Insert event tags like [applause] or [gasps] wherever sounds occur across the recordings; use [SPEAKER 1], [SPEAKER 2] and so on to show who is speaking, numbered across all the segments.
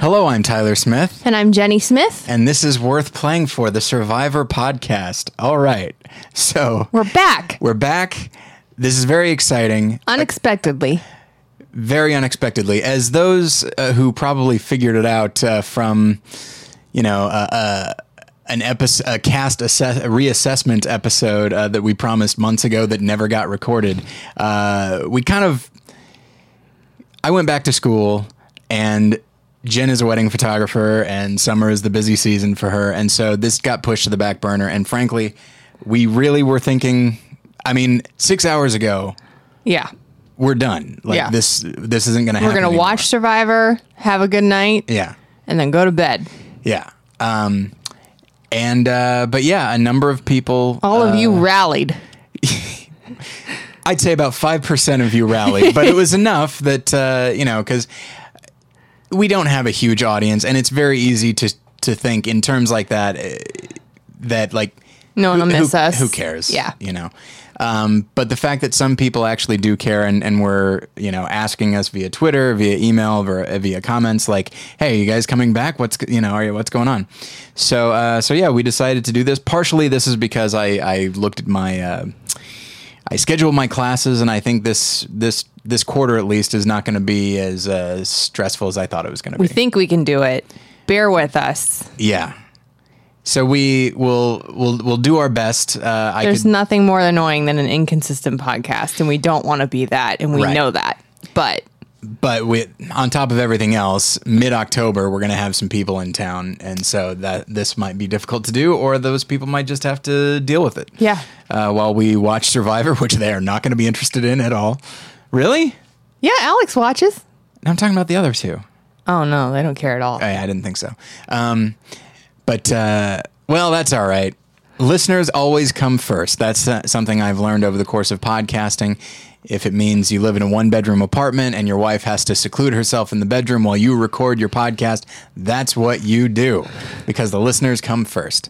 [SPEAKER 1] I'm Tyler Smith,
[SPEAKER 2] And I'm Jenny Smith.
[SPEAKER 1] and this is Worth Playing For, the Survivor podcast. All right. So
[SPEAKER 2] We're back
[SPEAKER 1] we're back. This is very exciting,
[SPEAKER 2] unexpectedly.
[SPEAKER 1] very unexpectedly. As those uh, who probably figured it out uh, from, you know, uh, uh, an episode, a cast assess- a reassessment episode uh, that we promised months ago that never got recorded, uh, we kind of I went back to school and Jen is a wedding photographer and summer is the busy season for her. And so this got pushed to the back burner. And frankly, we really were thinking, I mean, six hours ago,
[SPEAKER 2] Yeah.
[SPEAKER 1] we're done. Like
[SPEAKER 2] Yeah.
[SPEAKER 1] this, this isn't going to happen.
[SPEAKER 2] We're going to
[SPEAKER 1] anymore.
[SPEAKER 2] watch Survivor, have a good night,
[SPEAKER 1] Yeah.
[SPEAKER 2] and then go to bed.
[SPEAKER 1] Yeah. Um, and, uh, but yeah, a number of people,
[SPEAKER 2] All of you rallied.
[SPEAKER 1] I'd say about 5% of you rallied, but it
[SPEAKER 2] [laughs]
[SPEAKER 1] was enough that, uh, you know, because we don't have a huge audience and it's very easy to, to think in terms like that, uh, that like,
[SPEAKER 2] No one will miss
[SPEAKER 1] who,
[SPEAKER 2] us.
[SPEAKER 1] who cares?
[SPEAKER 2] Yeah.
[SPEAKER 1] You know, um, but the fact that some people actually do care and, and were, you know, asking us via Twitter, via email, via, via comments like, Hey, you guys coming back? What's, g- you know, are you, what's going on? So, uh, so yeah, we decided to do this. Partially, this is because I, I looked at my, uh, I schedule my classes, and I think this this this quarter at least is not going to be as uh, stressful as I thought it was going to be.
[SPEAKER 2] We think we can do it. Bear with us.
[SPEAKER 1] yeah. So we will will will do our best. Uh, I
[SPEAKER 2] There's
[SPEAKER 1] could,
[SPEAKER 2] nothing more annoying than an inconsistent podcast, and we don't want to be that, and we
[SPEAKER 1] Right.
[SPEAKER 2] know that. But
[SPEAKER 1] but with on top of everything else, mid October we're going to have some people in town, and so that this might be difficult to do, or those people might just have to deal with it.
[SPEAKER 2] Yeah.
[SPEAKER 1] Uh, while we watch Survivor, [laughs] which they are not going to be interested in at all. Really?
[SPEAKER 2] yeah, Alex watches.
[SPEAKER 1] No, I'm talking about the other two.
[SPEAKER 2] Oh, no, they don't care at all.
[SPEAKER 1] I, I didn't think so. Um, but uh, well, that's all right. Listeners always come first. That's uh, something I've learned over the course of podcasting. If it means you live in a one bedroom apartment and your wife has to seclude herself in the bedroom while you record your podcast, that's what you do because the listeners come first.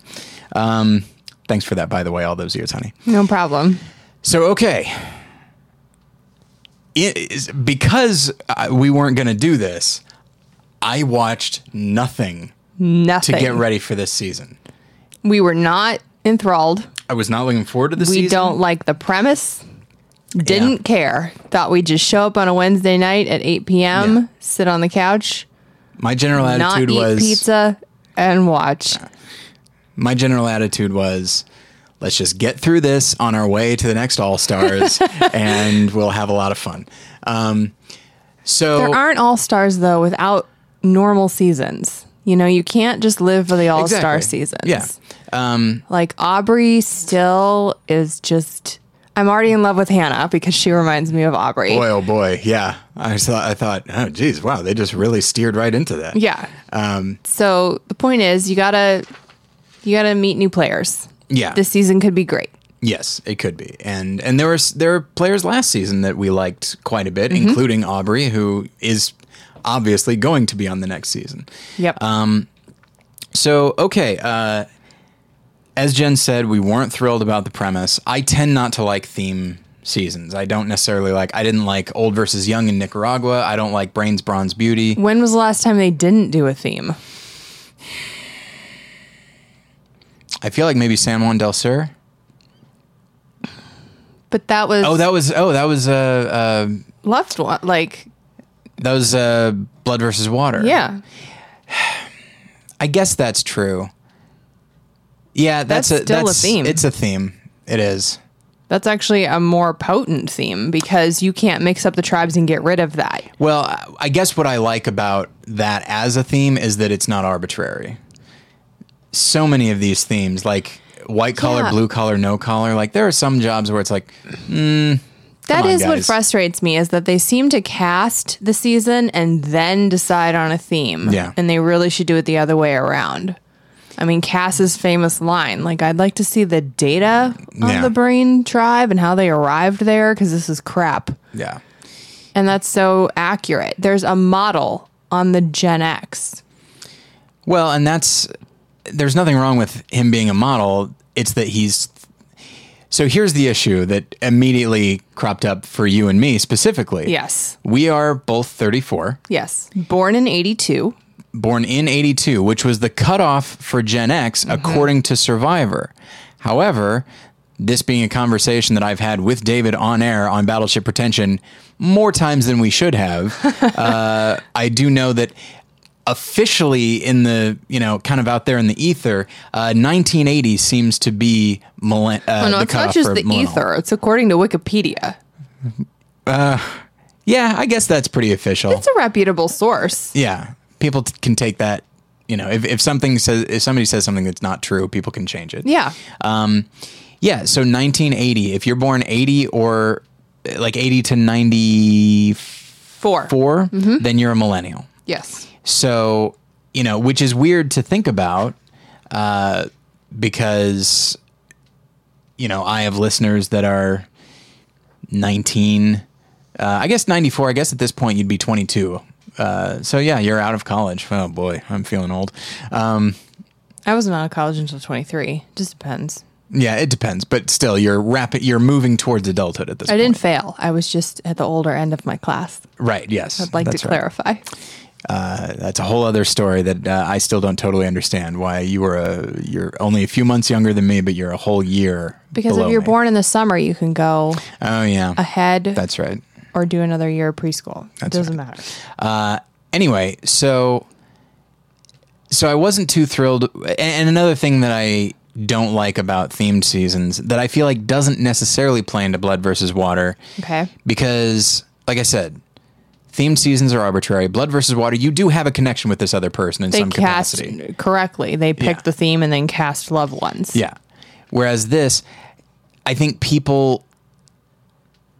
[SPEAKER 1] Um, thanks for that, by the way, all those years, honey.
[SPEAKER 2] No problem.
[SPEAKER 1] So okay, it is, because uh, we weren't going to do this, I watched nothing to
[SPEAKER 2] Nothing.
[SPEAKER 1] get ready for this season.
[SPEAKER 2] We were not enthralled.
[SPEAKER 1] I was not looking forward to the
[SPEAKER 2] We
[SPEAKER 1] season.
[SPEAKER 2] don't like the premise. Didn't
[SPEAKER 1] Yeah.
[SPEAKER 2] care. Thought we'd just show up on a Wednesday night at 8 p.m.,
[SPEAKER 1] Yeah.
[SPEAKER 2] sit on the couch,
[SPEAKER 1] My general
[SPEAKER 2] not eat
[SPEAKER 1] attitude was Oh.
[SPEAKER 2] pizza, and watch.
[SPEAKER 1] my general attitude was let's just get through this on our way to the next All
[SPEAKER 2] [laughs]
[SPEAKER 1] Stars, and we'll have a lot of fun. Um, so
[SPEAKER 2] There aren't all stars, though, without normal seasons. You know, you can't just live for the all star
[SPEAKER 1] Exactly.
[SPEAKER 2] seasons.
[SPEAKER 1] Yeah.
[SPEAKER 2] Like Aubrey still is just. I'm already in love with Hannah because she reminds me of Aubrey.
[SPEAKER 1] Boy, oh boy, yeah. I thought, I thought, oh geez, wow, they just really steered right into that.
[SPEAKER 2] Yeah.
[SPEAKER 1] Um,
[SPEAKER 2] so the point is, you gotta, you gotta meet new players.
[SPEAKER 1] yeah.
[SPEAKER 2] This season could be great.
[SPEAKER 1] Yes, it could be, and and there was there were players last season that we liked quite a
[SPEAKER 2] Mm-hmm.
[SPEAKER 1] bit, including Aubrey, who is obviously going to be on the next season. Um,
[SPEAKER 2] Yep.
[SPEAKER 1] So okay, uh, as Jen said, we weren't thrilled about the premise. I tend not to like theme seasons. I don't necessarily like. I didn't like Old versus Young in Nicaragua. I don't like Brains Bronze Beauty.
[SPEAKER 2] When was the last time they didn't do a theme?
[SPEAKER 1] I feel like maybe San Juan del Sur.
[SPEAKER 2] But that was
[SPEAKER 1] Oh, that was oh that was uh, uh
[SPEAKER 2] loved one. Like,
[SPEAKER 1] that was uh Blood versus Water.
[SPEAKER 2] yeah,
[SPEAKER 1] I guess that's true. Yeah, that's,
[SPEAKER 2] That's
[SPEAKER 1] a
[SPEAKER 2] still a
[SPEAKER 1] that's,
[SPEAKER 2] theme.
[SPEAKER 1] It's a theme. It is.
[SPEAKER 2] that's actually a more potent theme because you can't mix up the tribes and get rid of that.
[SPEAKER 1] Well, I- I guess what I like about that as a theme is that it's not arbitrary. So many of these themes, like white collar,
[SPEAKER 2] Yeah.
[SPEAKER 1] blue collar, no collar, like there are some jobs where it's like,
[SPEAKER 2] That
[SPEAKER 1] on,
[SPEAKER 2] is what
[SPEAKER 1] guys.
[SPEAKER 2] frustrates me is that they seem to cast the season and then decide on a theme.
[SPEAKER 1] Yeah.
[SPEAKER 2] And they really should do it the other way around. I mean, Cass's famous line, like, I'd like to see the data on
[SPEAKER 1] Yeah.
[SPEAKER 2] the Brain tribe and how they arrived there because this is crap.
[SPEAKER 1] yeah,
[SPEAKER 2] And that's so accurate. There's a model on the Gen X.
[SPEAKER 1] Well, and that's there's nothing wrong with him being a model. It's that he's so here's the issue that immediately cropped up for you and me specifically.
[SPEAKER 2] Yes.
[SPEAKER 1] We are both 34,
[SPEAKER 2] Yes. Born in 82.
[SPEAKER 1] born in 82, which was the cutoff for Gen X
[SPEAKER 2] Mm-hmm.
[SPEAKER 1] according to Survivor. However, this being a conversation that I've had with David on air on Battleship Pretension more times than we should have,
[SPEAKER 2] [laughs]
[SPEAKER 1] uh, I do know that officially in the you know kind of out there in the ether, uh, 1980 seems to be millen- uh,
[SPEAKER 2] Oh, no,
[SPEAKER 1] the
[SPEAKER 2] it's not
[SPEAKER 1] cutoff
[SPEAKER 2] just
[SPEAKER 1] for
[SPEAKER 2] the
[SPEAKER 1] millennial.
[SPEAKER 2] ether. It's according to Wikipedia.
[SPEAKER 1] Yeah, I guess that's pretty official.
[SPEAKER 2] It's a reputable source.
[SPEAKER 1] Yeah, people t- can take that. You know, if, if something says if somebody says something that's not true, people can change it.
[SPEAKER 2] Yeah.
[SPEAKER 1] Um, yeah. So 1980. If you're born 80 or uh, like 80 to 94,
[SPEAKER 2] Four. Mm-hmm.
[SPEAKER 1] then you're a millennial.
[SPEAKER 2] Yes.
[SPEAKER 1] So you know, which is weird to think about, uh, because you know I have listeners that are 19. Uh, I guess 94. I guess at this point you'd be 22. Uh, so yeah, you're out of college. Oh boy, I'm feeling old. Um,
[SPEAKER 2] I wasn't out of college until 23. Just depends.
[SPEAKER 1] Yeah, it depends, but still, you're rapid. You're moving towards adulthood at this.
[SPEAKER 2] I
[SPEAKER 1] point.
[SPEAKER 2] didn't fail. I was just at the older end of my class.
[SPEAKER 1] Right. Yes. I'd
[SPEAKER 2] Like
[SPEAKER 1] that's
[SPEAKER 2] to
[SPEAKER 1] right.
[SPEAKER 2] clarify.
[SPEAKER 1] Uh, that's a whole other story that uh, I still don't totally understand. Why you were a you're only a few months younger than me, but you're a whole year
[SPEAKER 2] Because
[SPEAKER 1] below
[SPEAKER 2] if you're
[SPEAKER 1] me.
[SPEAKER 2] born in the summer, you can go
[SPEAKER 1] Oh yeah.
[SPEAKER 2] ahead
[SPEAKER 1] that's right.
[SPEAKER 2] or do another year of preschool. It doesn't matter.
[SPEAKER 1] Uh, anyway, so so I wasn't too thrilled. And, and another thing that I don't like about themed seasons that I feel like doesn't necessarily play into Blood versus Water
[SPEAKER 2] Okay.
[SPEAKER 1] because like i said themed seasons are arbitrary blood versus water you do have a connection with this other person in
[SPEAKER 2] They
[SPEAKER 1] some
[SPEAKER 2] cast
[SPEAKER 1] capacity
[SPEAKER 2] correctly. They picked
[SPEAKER 1] Yeah.
[SPEAKER 2] the theme and then cast loved ones.
[SPEAKER 1] yeah whereas this i think people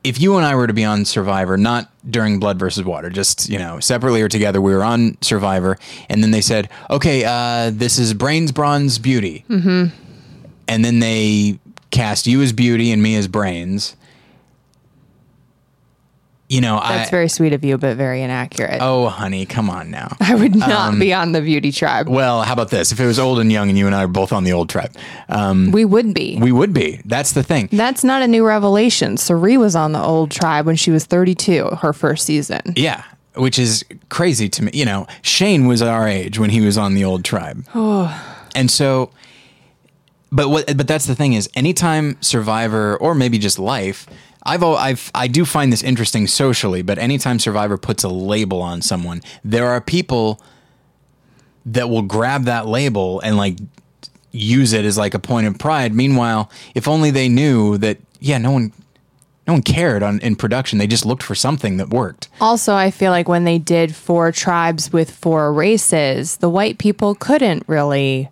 [SPEAKER 1] if you and i were to be on survivor not during blood versus water just you know separately or together we were on survivor and then they said okay uh, this is brains bronze beauty mm-hmm. and then they cast you as beauty and me as brains you know I,
[SPEAKER 2] That's very sweet of you, but very inaccurate.
[SPEAKER 1] Oh, um, honey, come on
[SPEAKER 2] [laughs]
[SPEAKER 1] now.
[SPEAKER 2] I would not be on the beauty tribe.
[SPEAKER 1] Well, how about this? If it was old and young and you and I are both on the old tribe, um,
[SPEAKER 2] We would be.
[SPEAKER 1] we would be. That's the thing.
[SPEAKER 2] That's not a new revelation. Sari was on the old tribe when she was 32, her first season.
[SPEAKER 1] Yeah. Which is crazy to me. You know, Shane was our age when he was on the old tribe. And so, but what, but that's the thing is anytime Survivor or maybe just life, I've, al- I've, I do find this interesting socially, but anytime Survivor puts a label on someone, there are people that will grab that label and like use it as like a point of pride. Meanwhile, if only they knew that, yeah, no one, no one cared on in production. They just looked for something that worked.
[SPEAKER 2] Also, I feel like when they did four tribes with four races, the white people couldn't really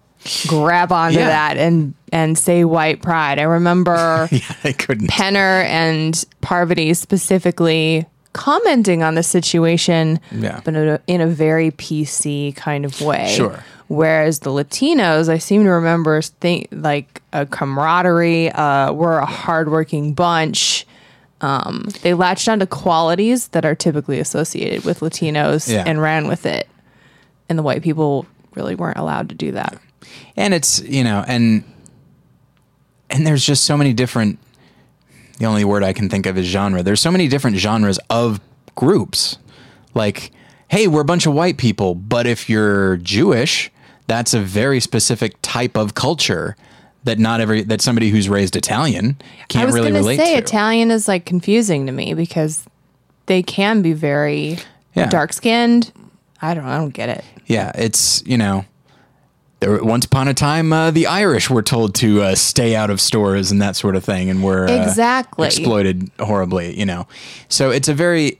[SPEAKER 2] grab onto
[SPEAKER 1] Yeah.
[SPEAKER 2] that and and say white pride. I remember
[SPEAKER 1] [laughs] Yeah, they couldn't.
[SPEAKER 2] Penner and Parvati specifically commenting on the situation,
[SPEAKER 1] Yeah.
[SPEAKER 2] but in a, in a very PC kind of way.
[SPEAKER 1] Sure.
[SPEAKER 2] Whereas the Latinos, I seem to remember think like a camaraderie. Uh, we're a hardworking bunch. Um, they latched onto qualities that are typically associated with Latinos
[SPEAKER 1] Yeah.
[SPEAKER 2] and ran with it, and the white people really weren't allowed to do that.
[SPEAKER 1] and it's you know, and and there's just so many different. The only word I can think of is genre. There's so many different genres of groups. Like, hey, we're a bunch of white people, but if you're Jewish, that's a very specific type of culture that not every that somebody who's raised Italian
[SPEAKER 2] I
[SPEAKER 1] can't
[SPEAKER 2] was
[SPEAKER 1] really
[SPEAKER 2] gonna
[SPEAKER 1] relate
[SPEAKER 2] say
[SPEAKER 1] to.
[SPEAKER 2] Italian is like confusing to me because they can be very
[SPEAKER 1] Yeah.
[SPEAKER 2] dark skinned. I don't. I don't get it.
[SPEAKER 1] Yeah, it's you know, there once upon a time uh, the Irish were told to uh, stay out of stores and that sort of thing, and were uh,
[SPEAKER 2] Exactly.
[SPEAKER 1] exploited horribly. You know, so it's a very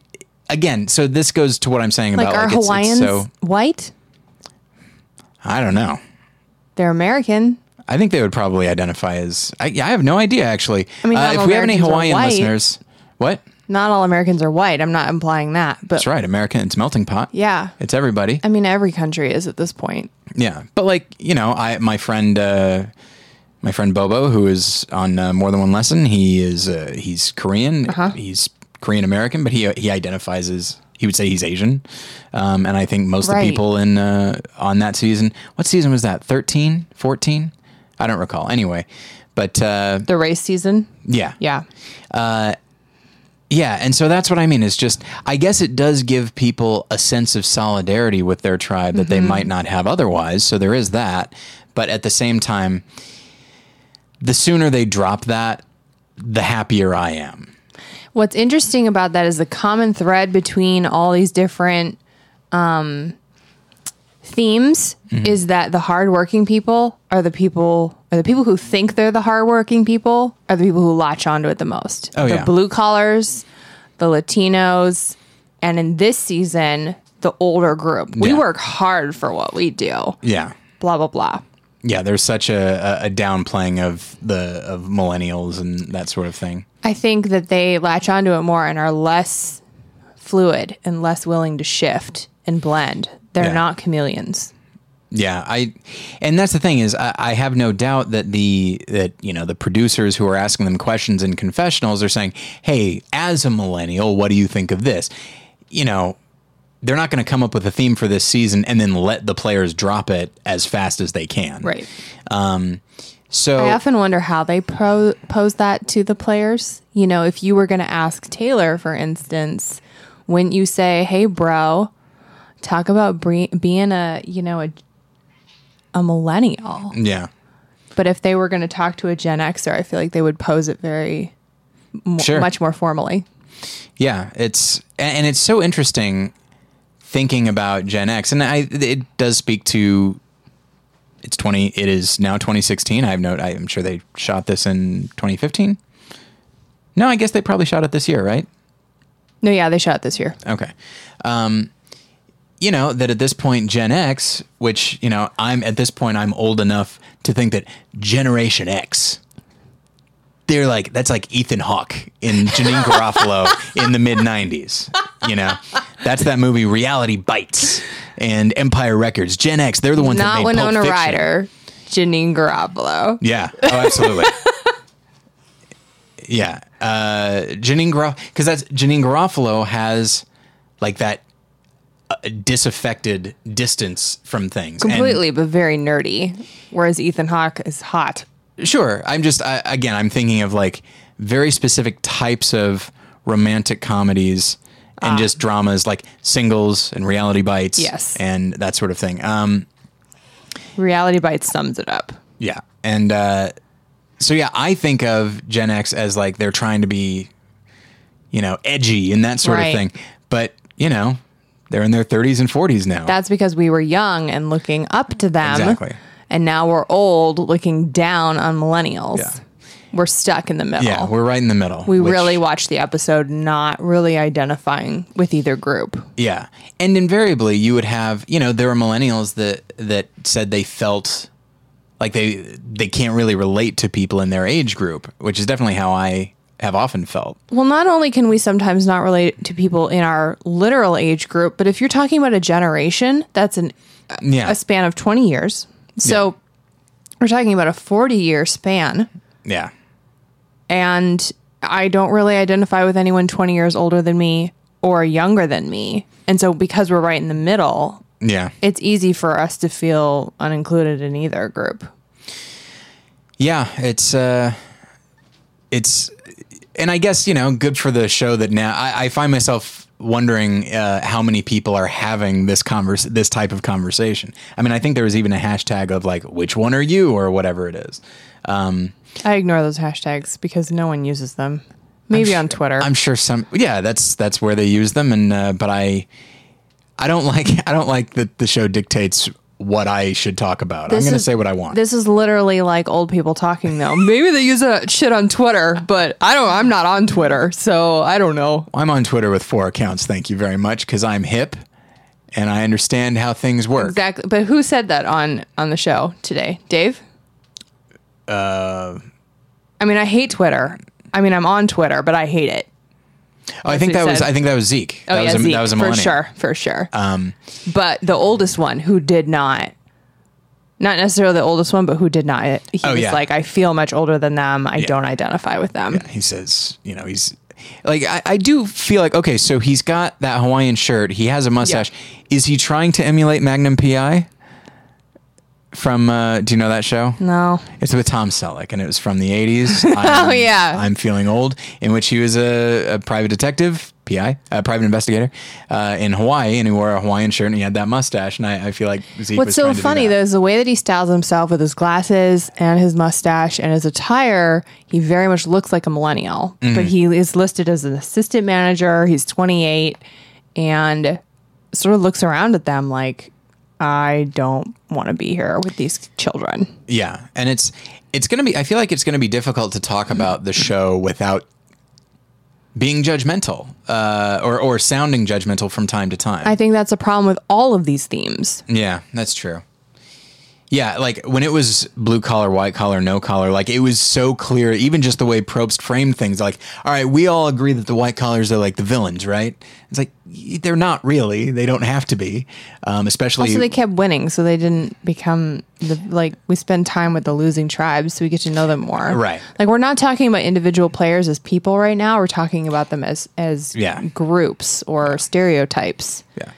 [SPEAKER 1] again. So this goes to what I'm saying
[SPEAKER 2] Like
[SPEAKER 1] about
[SPEAKER 2] are
[SPEAKER 1] like it's,
[SPEAKER 2] Hawaiians
[SPEAKER 1] it's so
[SPEAKER 2] white?
[SPEAKER 1] I don't know.
[SPEAKER 2] They're American.
[SPEAKER 1] I think they would probably identify as. I, yeah, I have no idea actually. I
[SPEAKER 2] mean, not
[SPEAKER 1] if
[SPEAKER 2] all
[SPEAKER 1] we have any
[SPEAKER 2] Americans are
[SPEAKER 1] Hawaiian
[SPEAKER 2] white.
[SPEAKER 1] listeners, what?
[SPEAKER 2] Not all Americans are white. I'm not implying that, but
[SPEAKER 1] That's right, American. It's melting pot.
[SPEAKER 2] yeah.
[SPEAKER 1] it's everybody.
[SPEAKER 2] I mean, every country is at this point.
[SPEAKER 1] Yeah, but like you know, I my friend uh, my friend Bobo, who is on uh, more than one lesson, he is uh, he's Korean, he's Korean American, but he he identifies as he would say he's Asian, um, and I think most of
[SPEAKER 2] Right.
[SPEAKER 1] the people in uh, on that season, what season was that? 13, 14? I don't recall. Anyway, but uh,
[SPEAKER 2] The race season.
[SPEAKER 1] yeah,
[SPEAKER 2] Yeah.
[SPEAKER 1] Yeah, and so that's what I mean. Is just I guess it does give people a sense of solidarity with their tribe that they might not have otherwise. So there is that, but at the same time, the sooner they drop that, the happier I am.
[SPEAKER 2] What's interesting about that is the common thread between all these different um, themes
[SPEAKER 1] Mm-hmm.
[SPEAKER 2] is that the hardworking people are the people are the people who think they're the hardworking people are the people who latch onto it the most.
[SPEAKER 1] Oh,
[SPEAKER 2] the
[SPEAKER 1] yeah.
[SPEAKER 2] blue collars, the Latinos, and in this season, the older group. We
[SPEAKER 1] Yeah.
[SPEAKER 2] work hard for what we do.
[SPEAKER 1] Yeah,
[SPEAKER 2] Blah blah blah.
[SPEAKER 1] yeah. There's such a, a, a downplaying of the of millennials and that sort of thing.
[SPEAKER 2] I think that they latch onto it more and are less fluid and less willing to shift and blend. They're
[SPEAKER 1] Yeah.
[SPEAKER 2] not chameleons.
[SPEAKER 1] Yeah, I, and that's the thing is I, I have no doubt that the that you know the producers who are asking them questions in confessionals are saying, hey, as a millennial, what do you think of this? You know, they're not going to come up with a theme for this season and then let the players drop it as fast as they can.
[SPEAKER 2] Right.
[SPEAKER 1] So
[SPEAKER 2] I often wonder how they pro- pose that to the players. You know, if you were going to ask Taylor, for instance, wouldn't you say, "Hey, bro, talk about bre- being a you know a a millennial"?
[SPEAKER 1] yeah,
[SPEAKER 2] But if they were going to talk to a Gen Xer, I feel like they would pose it very mo-
[SPEAKER 1] Sure.
[SPEAKER 2] much more formally.
[SPEAKER 1] yeah, it's a- and it's so interesting thinking about Gen X, and I it does speak to. It's twenty. It is now 2016. I have no. I am sure they shot this in 2015. No, I guess they probably shot it this year, right?
[SPEAKER 2] No, yeah, they shot this year.
[SPEAKER 1] Okay. Um, you know, that at this point, Gen X, which, you know, I'm at this point, I'm old enough to think that Generation X, they're like, that's like Ethan Hawke
[SPEAKER 2] [laughs]
[SPEAKER 1] in Janine Garofalo in the mid 90s. You know, that's that movie Reality Bites and Empire Records. Gen X, they're the ones
[SPEAKER 2] Not
[SPEAKER 1] that made
[SPEAKER 2] Winona
[SPEAKER 1] Pulp Fiction.
[SPEAKER 2] Ryder, Janine Garoppolo.
[SPEAKER 1] Yeah. Oh, absolutely. [laughs] yeah. Uh, Janine Garofalo, because that's Janine Garofalo has like that uh, disaffected distance from things. And-
[SPEAKER 2] Completely, but very nerdy. Whereas Ethan Hawke is hot.
[SPEAKER 1] sure. I'm just, I, again, I'm thinking of like very specific types of romantic comedies and just dramas like singles and reality bites
[SPEAKER 2] Ah. Yes.
[SPEAKER 1] and that sort of thing. Um,
[SPEAKER 2] Reality Bites sums it up.
[SPEAKER 1] Yeah. And uh, so, yeah, I think of Gen X as like they're trying to be, you know, edgy and that sort
[SPEAKER 2] Right.
[SPEAKER 1] of thing. But, you know, they're in their 30s and 40s now.
[SPEAKER 2] That's because we were young and looking up to them.
[SPEAKER 1] Exactly.
[SPEAKER 2] And now we're old looking down on millennials.
[SPEAKER 1] Yeah.
[SPEAKER 2] We're stuck in the middle.
[SPEAKER 1] yeah, we're right in the middle.
[SPEAKER 2] we
[SPEAKER 1] which-
[SPEAKER 2] really watched the episode not really identifying with either group.
[SPEAKER 1] Yeah. And invariably you would have, you know, there were millennials that that said they felt like they they can't really relate to people in their age group, which is definitely how I have often felt.
[SPEAKER 2] Well, not only can we sometimes not relate to people in our literal age group, but if you're talking about a generation, that's an
[SPEAKER 1] Yeah.
[SPEAKER 2] a span of 20 years. So we're talking about a 40 year span.
[SPEAKER 1] yeah.
[SPEAKER 2] And I don't really identify with anyone 20 years older than me or younger than me. And so because we're right in the middle,
[SPEAKER 1] Yeah.
[SPEAKER 2] it's easy for us to feel unincluded in either group.
[SPEAKER 1] Yeah, it's uh, it's, and I guess you know, good for the show that now I, I find myself wondering uh, how many people are having this converse, this type of conversation. I mean, I think there was even a hashtag of like, which one are you, or whatever it is.
[SPEAKER 2] I ignore those hashtags because no one uses them. Maybe on Twitter.
[SPEAKER 1] I'm sure some, yeah, that's that's where they use them, and uh, but I, I don't [laughs] like, I don't like that the show dictates what I should talk about. I'm
[SPEAKER 2] This
[SPEAKER 1] going to
[SPEAKER 2] is-
[SPEAKER 1] say what I want.
[SPEAKER 2] This is literally like old people talking though. Maybe they use that shit on Twitter, but I don't I'm not on Twitter, so I don't know.
[SPEAKER 1] I'm on Twitter with four accounts. Thank you very much, because I'm hip, and I understand how things work.
[SPEAKER 2] Exactly. But who said that on on the show today? Dave? Uh
[SPEAKER 1] Uh,
[SPEAKER 2] I mean, I hate Twitter. I mean, I'm on Twitter, but I hate it.
[SPEAKER 1] Oh, I think
[SPEAKER 2] what he
[SPEAKER 1] that was
[SPEAKER 2] said.
[SPEAKER 1] I think that was Zeke.
[SPEAKER 2] Oh
[SPEAKER 1] that
[SPEAKER 2] yeah,
[SPEAKER 1] was a,
[SPEAKER 2] Zeke,
[SPEAKER 1] that was a Um,
[SPEAKER 2] for
[SPEAKER 1] millennial.
[SPEAKER 2] sure, for sure. but the oldest one who did not not necessarily the oldest one, but who did not. He
[SPEAKER 1] Oh,
[SPEAKER 2] was
[SPEAKER 1] yeah.
[SPEAKER 2] like, I feel much older than them. I don't identify with them.
[SPEAKER 1] He says, you know, he's like I, I do feel like okay, so he's got that Hawaiian shirt, he has a mustache. Is he trying to emulate Magnum PI? from? Uh, do you know that show?
[SPEAKER 2] No.
[SPEAKER 1] It's with Tom Selleck, and it was from the '80s. I'm-
[SPEAKER 2] [laughs] Oh, yeah.
[SPEAKER 1] I'm feeling old. In which he was a, a private detective, PI, a private investigator uh, in Hawaii, and he wore a Hawaiian shirt and he had that mustache. And I, I feel like Zeke was
[SPEAKER 2] What's so
[SPEAKER 1] trying to do
[SPEAKER 2] funny
[SPEAKER 1] that.
[SPEAKER 2] though is the way that he styles himself with his glasses and his mustache and his attire. He very much looks like a millennial,
[SPEAKER 1] Mm-hmm.
[SPEAKER 2] but he is listed as an assistant manager. He's 28 and sort of looks around at them like, I don't want to be here with these children.
[SPEAKER 1] Yeah, and it's it's gonna be. I feel like it's gonna be difficult to talk about the show without being judgmental uh, or or sounding judgmental from time to time.
[SPEAKER 2] I think that's a problem with all of these themes.
[SPEAKER 1] Yeah, that's true. Yeah, like when it was blue collar, white collar, no collar, like it was so clear, even just the way Probst framed things. Like, all right, we all agree that the white collars are like the villains, right? It's like y- they're not really; they don't have to be, um, especially.
[SPEAKER 2] So they kept winning, so they didn't become the like we spend time with the losing tribes, so we get to know them more.
[SPEAKER 1] Right.
[SPEAKER 2] Like we're not talking about individual players as people right now. We're talking about them as as
[SPEAKER 1] Yeah.
[SPEAKER 2] groups or stereotypes.
[SPEAKER 1] Yeah.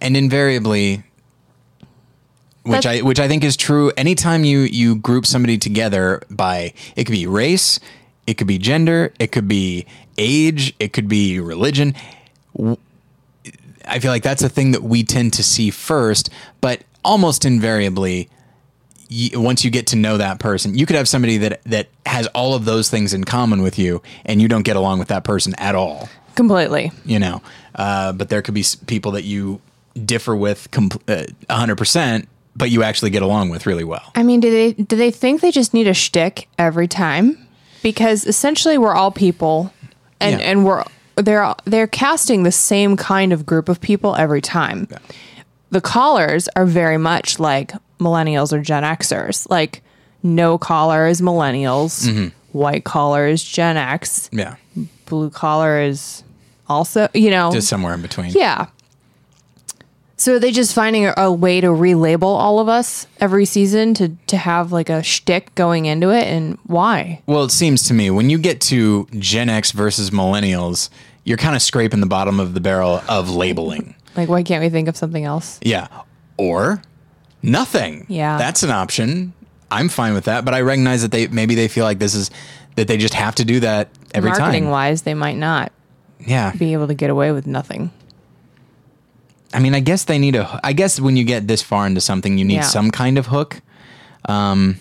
[SPEAKER 1] And invariably which
[SPEAKER 2] That's-
[SPEAKER 1] I which I think is true anytime you you group somebody together by it could be race, it could be gender, it could be age, it could be religion. W- I feel like that's a thing that we tend to see first, but almost invariably y- once you get to know that person, you could have somebody that that has all of those things in common with you, and you don't get along with that person at all
[SPEAKER 2] Completely.
[SPEAKER 1] you know. Uh, but there could be s- people that you differ with compl- uh, 100%, but you actually get along with really well.
[SPEAKER 2] I mean, do they do they think they just need a shtick every time? Because essentially, we're all people, and
[SPEAKER 1] Yeah.
[SPEAKER 2] and we're they're they're casting the same kind of group of people every time. The callers are very much like millennials or Gen Xers. Like no collar is millennials,
[SPEAKER 1] Mm-hmm.
[SPEAKER 2] white collar is Gen X,
[SPEAKER 1] Yeah.
[SPEAKER 2] blue collar is also you know
[SPEAKER 1] Just somewhere in between.
[SPEAKER 2] yeah. So are they just finding a, a way to relabel all of us every season to to have like a shtick going into it, and why?
[SPEAKER 1] Well, it seems to me when you get to Gen X versus millennials, you're kind of scraping the bottom of the barrel of labeling.
[SPEAKER 2] Like, why can't we think of something else?
[SPEAKER 1] Yeah. Or nothing.
[SPEAKER 2] Yeah.
[SPEAKER 1] That's an option. I'm fine with that, but I recognize that they maybe they feel like this is that they just have to do that every
[SPEAKER 2] Marketing
[SPEAKER 1] time.
[SPEAKER 2] wise, they might not
[SPEAKER 1] Yeah.
[SPEAKER 2] be able to get away with nothing.
[SPEAKER 1] I mean, I guess they need a. I guess when you get this far into something, you need
[SPEAKER 2] Yeah.
[SPEAKER 1] some kind of hook. Um,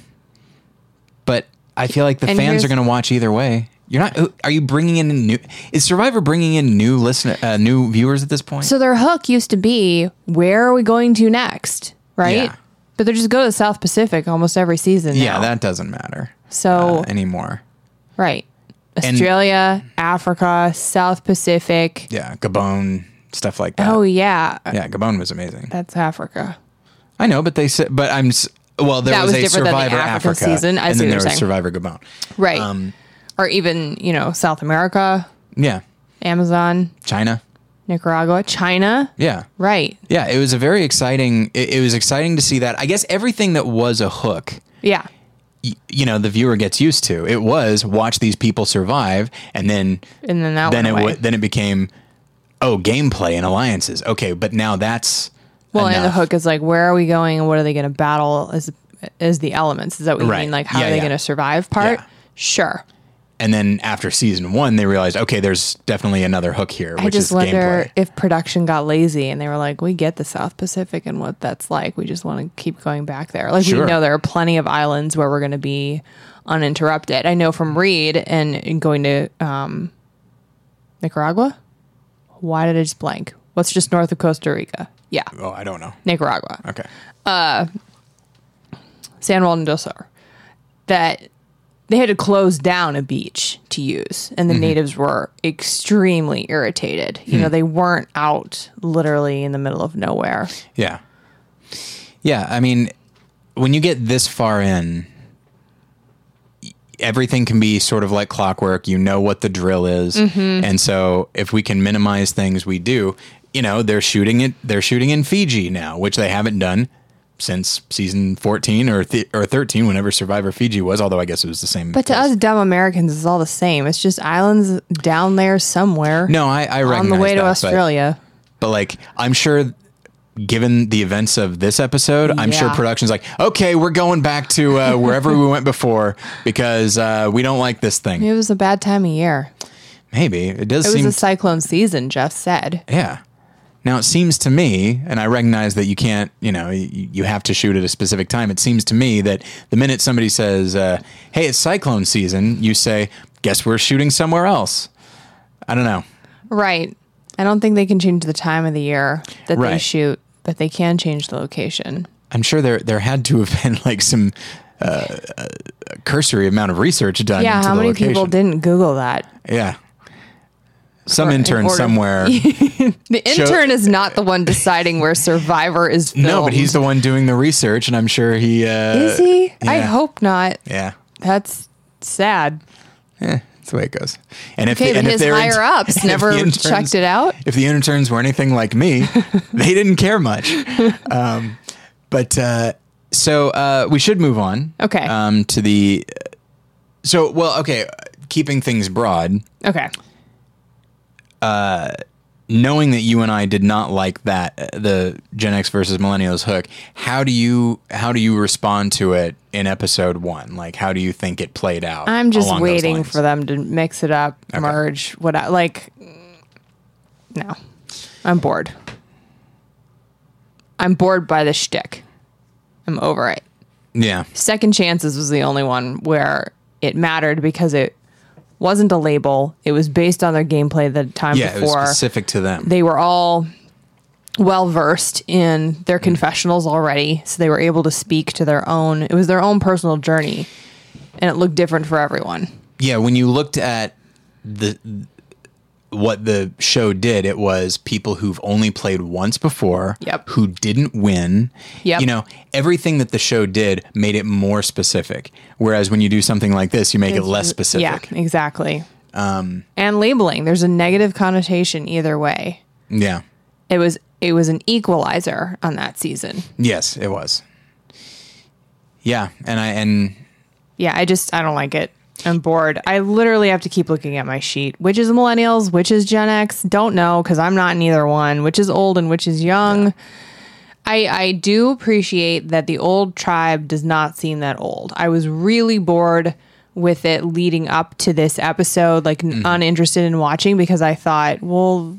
[SPEAKER 1] but I feel like the
[SPEAKER 2] And
[SPEAKER 1] fans
[SPEAKER 2] here's-
[SPEAKER 1] are going to watch either way. You're not. Are you bringing in new? Is Survivor bringing in new listener, uh, new viewers at this point?
[SPEAKER 2] So their hook used to be, where are we going to next? Right?
[SPEAKER 1] Yeah.
[SPEAKER 2] But they just go to the South Pacific almost every season.
[SPEAKER 1] yeah,
[SPEAKER 2] now. Oh.
[SPEAKER 1] that doesn't matter
[SPEAKER 2] so
[SPEAKER 1] uh, anymore.
[SPEAKER 2] right, Australia, Africa, South Pacific.
[SPEAKER 1] Yeah, Gabon stuff like that.
[SPEAKER 2] Oh yeah,
[SPEAKER 1] yeah, Gabon was amazing.
[SPEAKER 2] that's Africa.
[SPEAKER 1] I know, but they said. But I'm. s- Well, there
[SPEAKER 2] That
[SPEAKER 1] was,
[SPEAKER 2] was
[SPEAKER 1] a
[SPEAKER 2] different than the
[SPEAKER 1] Survivor
[SPEAKER 2] African
[SPEAKER 1] Africa
[SPEAKER 2] season. I
[SPEAKER 1] and then
[SPEAKER 2] see what
[SPEAKER 1] there
[SPEAKER 2] you're
[SPEAKER 1] was
[SPEAKER 2] saying.
[SPEAKER 1] Survivor Gabon.
[SPEAKER 2] right
[SPEAKER 1] Um,
[SPEAKER 2] or even you know south america
[SPEAKER 1] Yeah,
[SPEAKER 2] amazon
[SPEAKER 1] China.
[SPEAKER 2] nicaragua china
[SPEAKER 1] Yeah.
[SPEAKER 2] right
[SPEAKER 1] Yeah, it was a very exciting. It, it was exciting to see that. I guess everything that was a hook,
[SPEAKER 2] yeah
[SPEAKER 1] y- you know, the viewer gets used to. It was watch these people survive, and then
[SPEAKER 2] and then that
[SPEAKER 1] then
[SPEAKER 2] went
[SPEAKER 1] it
[SPEAKER 2] away.
[SPEAKER 1] w- then it became oh gameplay and alliances. Okay, but now that's
[SPEAKER 2] well and the
[SPEAKER 1] enough.
[SPEAKER 2] hook is like where are we going and what are they going to battle as as the elements is that what you
[SPEAKER 1] Right.
[SPEAKER 2] mean like how
[SPEAKER 1] Yeah,
[SPEAKER 2] are they
[SPEAKER 1] yeah.
[SPEAKER 2] going to survive part
[SPEAKER 1] Yeah.
[SPEAKER 2] sure
[SPEAKER 1] And then after season one, they realized okay, there's definitely another hook here,
[SPEAKER 2] i
[SPEAKER 1] which
[SPEAKER 2] just
[SPEAKER 1] is
[SPEAKER 2] wonder
[SPEAKER 1] gameplay.
[SPEAKER 2] if production got lazy and they were like we get the south pacific and what that's like we just want to keep going back there like
[SPEAKER 1] Sure.
[SPEAKER 2] we know there are plenty of islands where we're going to be uninterrupted i know from reed and, and going to um, nicaragua why did i just blank what's just north of costa rica yeah
[SPEAKER 1] Oh, I don't know.
[SPEAKER 2] nicaragua
[SPEAKER 1] Okay,
[SPEAKER 2] San Juan del Sur, that they had to close down a beach to use, and the
[SPEAKER 1] Mm-hmm.
[SPEAKER 2] natives were extremely irritated. You
[SPEAKER 1] Hmm.
[SPEAKER 2] know, they weren't out literally in the middle of nowhere.
[SPEAKER 1] yeah, yeah. I mean, when you get this far in. everything can be sort of like clockwork. You know what the drill is,
[SPEAKER 2] Mm-hmm.
[SPEAKER 1] and so if we can minimize things, we do. You know, they're shooting it. They're shooting in Fiji now, which they haven't done since season fourteen or th- or thirteen, whenever Survivor Fiji was. Although I guess it was the same.
[SPEAKER 2] But to us dumb Americans, it's all the same. It's just islands down there somewhere
[SPEAKER 1] no, I, I recognize
[SPEAKER 2] on the way to
[SPEAKER 1] that, but-
[SPEAKER 2] Australia.
[SPEAKER 1] but like I'm sure given the events of this episode, I'm sure
[SPEAKER 2] Yeah.
[SPEAKER 1] production's like, okay, we're going back to
[SPEAKER 2] [laughs]
[SPEAKER 1] uh, wherever we went before because uh, we don't like this thing.
[SPEAKER 2] It was a bad time of year.
[SPEAKER 1] Maybe it does
[SPEAKER 2] It was
[SPEAKER 1] seem
[SPEAKER 2] a cyclone season, Jeff said.
[SPEAKER 1] Yeah. Now it seems to me, and I recognize that you can't, you know, you, you have to shoot at a specific time. It seems to me that the minute somebody says, uh, "Hey, it's cyclone season," you say, "Guess we're shooting somewhere else." I don't know.
[SPEAKER 2] Right. I don't think they can change the time of the year that they
[SPEAKER 1] Right.
[SPEAKER 2] shoot, but they can change the location.
[SPEAKER 1] I'm sure there there had to have been [laughs] like some uh, uh, cursory amount of research done.
[SPEAKER 2] yeah,
[SPEAKER 1] into
[SPEAKER 2] how
[SPEAKER 1] the
[SPEAKER 2] many
[SPEAKER 1] location.
[SPEAKER 2] people didn't Google that?
[SPEAKER 1] Yeah. Some
[SPEAKER 2] Or- in
[SPEAKER 1] intern
[SPEAKER 2] order-
[SPEAKER 1] somewhere.
[SPEAKER 2] [laughs] The
[SPEAKER 1] Show-
[SPEAKER 2] intern is not the one deciding where Survivor is filmed.
[SPEAKER 1] no, but he's the one doing the research, and I'm sure he. Uh,
[SPEAKER 2] Is he? I
[SPEAKER 1] yeah.
[SPEAKER 2] hope not.
[SPEAKER 1] Yeah.
[SPEAKER 2] That's sad.
[SPEAKER 1] That's the way it goes. And if
[SPEAKER 2] Okay,
[SPEAKER 1] the,
[SPEAKER 2] but
[SPEAKER 1] and if
[SPEAKER 2] his
[SPEAKER 1] they're in-
[SPEAKER 2] higher ups
[SPEAKER 1] [laughs] if the
[SPEAKER 2] never checked it out?
[SPEAKER 1] If the interns were anything like
[SPEAKER 2] [laughs]
[SPEAKER 1] me, they didn't care much. Um, but uh, so uh, we should move on.
[SPEAKER 2] Okay.
[SPEAKER 1] Um, to the so well okay, keeping things broad,
[SPEAKER 2] Okay.
[SPEAKER 1] knowing that you and I did not like that uh, the Gen X versus Millennials hook. How do you how do you respond to it in episode one? Like how do you think it played out?
[SPEAKER 2] I'm just
[SPEAKER 1] along those
[SPEAKER 2] waiting
[SPEAKER 1] lines?
[SPEAKER 2] for them to mix it up, merge, what I like. No, I'm bored. I'm bored by the shtick. I'm over it.
[SPEAKER 1] Yeah.
[SPEAKER 2] Second Chances was the only one where it mattered because it wasn't a label. It was based on their gameplay the time
[SPEAKER 1] Yeah, it was
[SPEAKER 2] before.
[SPEAKER 1] specific to them.
[SPEAKER 2] they were all well versed in their confessionals already, so they were able to speak to their own. It was their own personal journey, and it looked different for everyone.
[SPEAKER 1] yeah when you looked at the what the show did it was people who've only played once before
[SPEAKER 2] Yep.
[SPEAKER 1] who didn't win
[SPEAKER 2] Yep.
[SPEAKER 1] you know everything that the show did made it more specific whereas when you do something like this you make it less specific
[SPEAKER 2] Yeah, exactly. and labeling. There's a negative connotation either way.
[SPEAKER 1] yeah
[SPEAKER 2] It was it was an equalizer on that season.
[SPEAKER 1] yes it was yeah and i and
[SPEAKER 2] Yeah, I just I don't like it. I'm bored. I literally have to keep looking at my sheet. Which is millennials, which is Gen X? Don't know because I'm not in either one. Which is old and which is young. I I do appreciate that the old tribe does not seem that old. I was really bored with it leading up to this episode, like n uninterested in watching because I thought, well,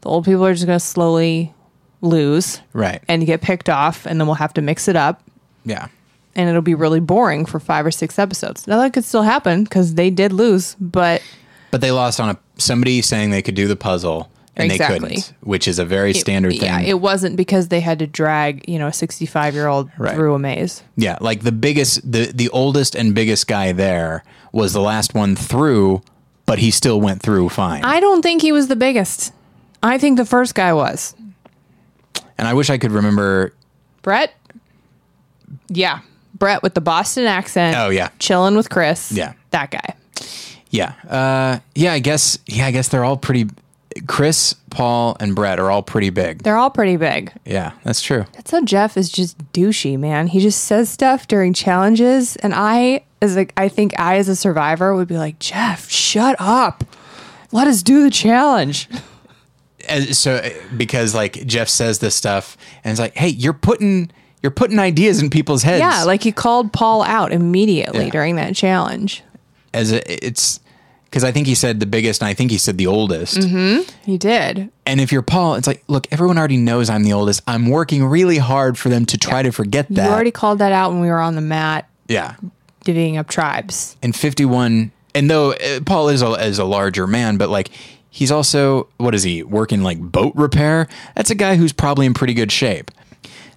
[SPEAKER 2] the old people are just going to slowly lose
[SPEAKER 1] right
[SPEAKER 2] and get picked off, and then we'll have to mix it up
[SPEAKER 1] yeah
[SPEAKER 2] and it'll be really boring for five or six episodes. Now that could still happen because they did lose, but
[SPEAKER 1] but they lost on a somebody saying they could do the puzzle and
[SPEAKER 2] Exactly.
[SPEAKER 1] they couldn't which is a very standard thing
[SPEAKER 2] yeah, it wasn't because they had to drag you know a sixty-five-year-old
[SPEAKER 1] Right.
[SPEAKER 2] through a maze.
[SPEAKER 1] Yeah, like the biggest, the the oldest and biggest guy there was the last one through, but he still went through fine.
[SPEAKER 2] I don't think he was the biggest. I think the first guy was
[SPEAKER 1] and I wish I could remember.
[SPEAKER 2] Brett. Yeah, Brett with the Boston accent.
[SPEAKER 1] Oh yeah,
[SPEAKER 2] chilling with Chris.
[SPEAKER 1] Yeah.
[SPEAKER 2] that guy.
[SPEAKER 1] yeah, uh, yeah. I guess yeah, I guess they're all pretty. Chris, Paul, and Brett are all pretty big.
[SPEAKER 2] They're all pretty big.
[SPEAKER 1] Yeah, that's true.
[SPEAKER 2] That's how Jeff is just douchey, man. He just says stuff during challenges, and I, as a, I think I, as a survivor, would be like, Jeff, shut up. Let us do the challenge.
[SPEAKER 1] And so uh, because like Jeff says this stuff, and it's like, hey, you're putting you're putting ideas in people's heads.
[SPEAKER 2] Yeah, like he called Paul out immediately
[SPEAKER 1] Yeah.
[SPEAKER 2] during that challenge.
[SPEAKER 1] as a, it's because I think he said the biggest, and I think he said the oldest.
[SPEAKER 2] He did.
[SPEAKER 1] And if you're Paul, it's like, look, everyone already knows I'm the oldest. I'm working really hard for them to try to forget that.
[SPEAKER 2] You already called that out when we were on the mat
[SPEAKER 1] yeah.
[SPEAKER 2] divvying up tribes.
[SPEAKER 1] And 51, and though uh, Paul is a, is a larger man, but like he's also, what is he, working like boat repair? That's a guy who's probably in pretty good shape.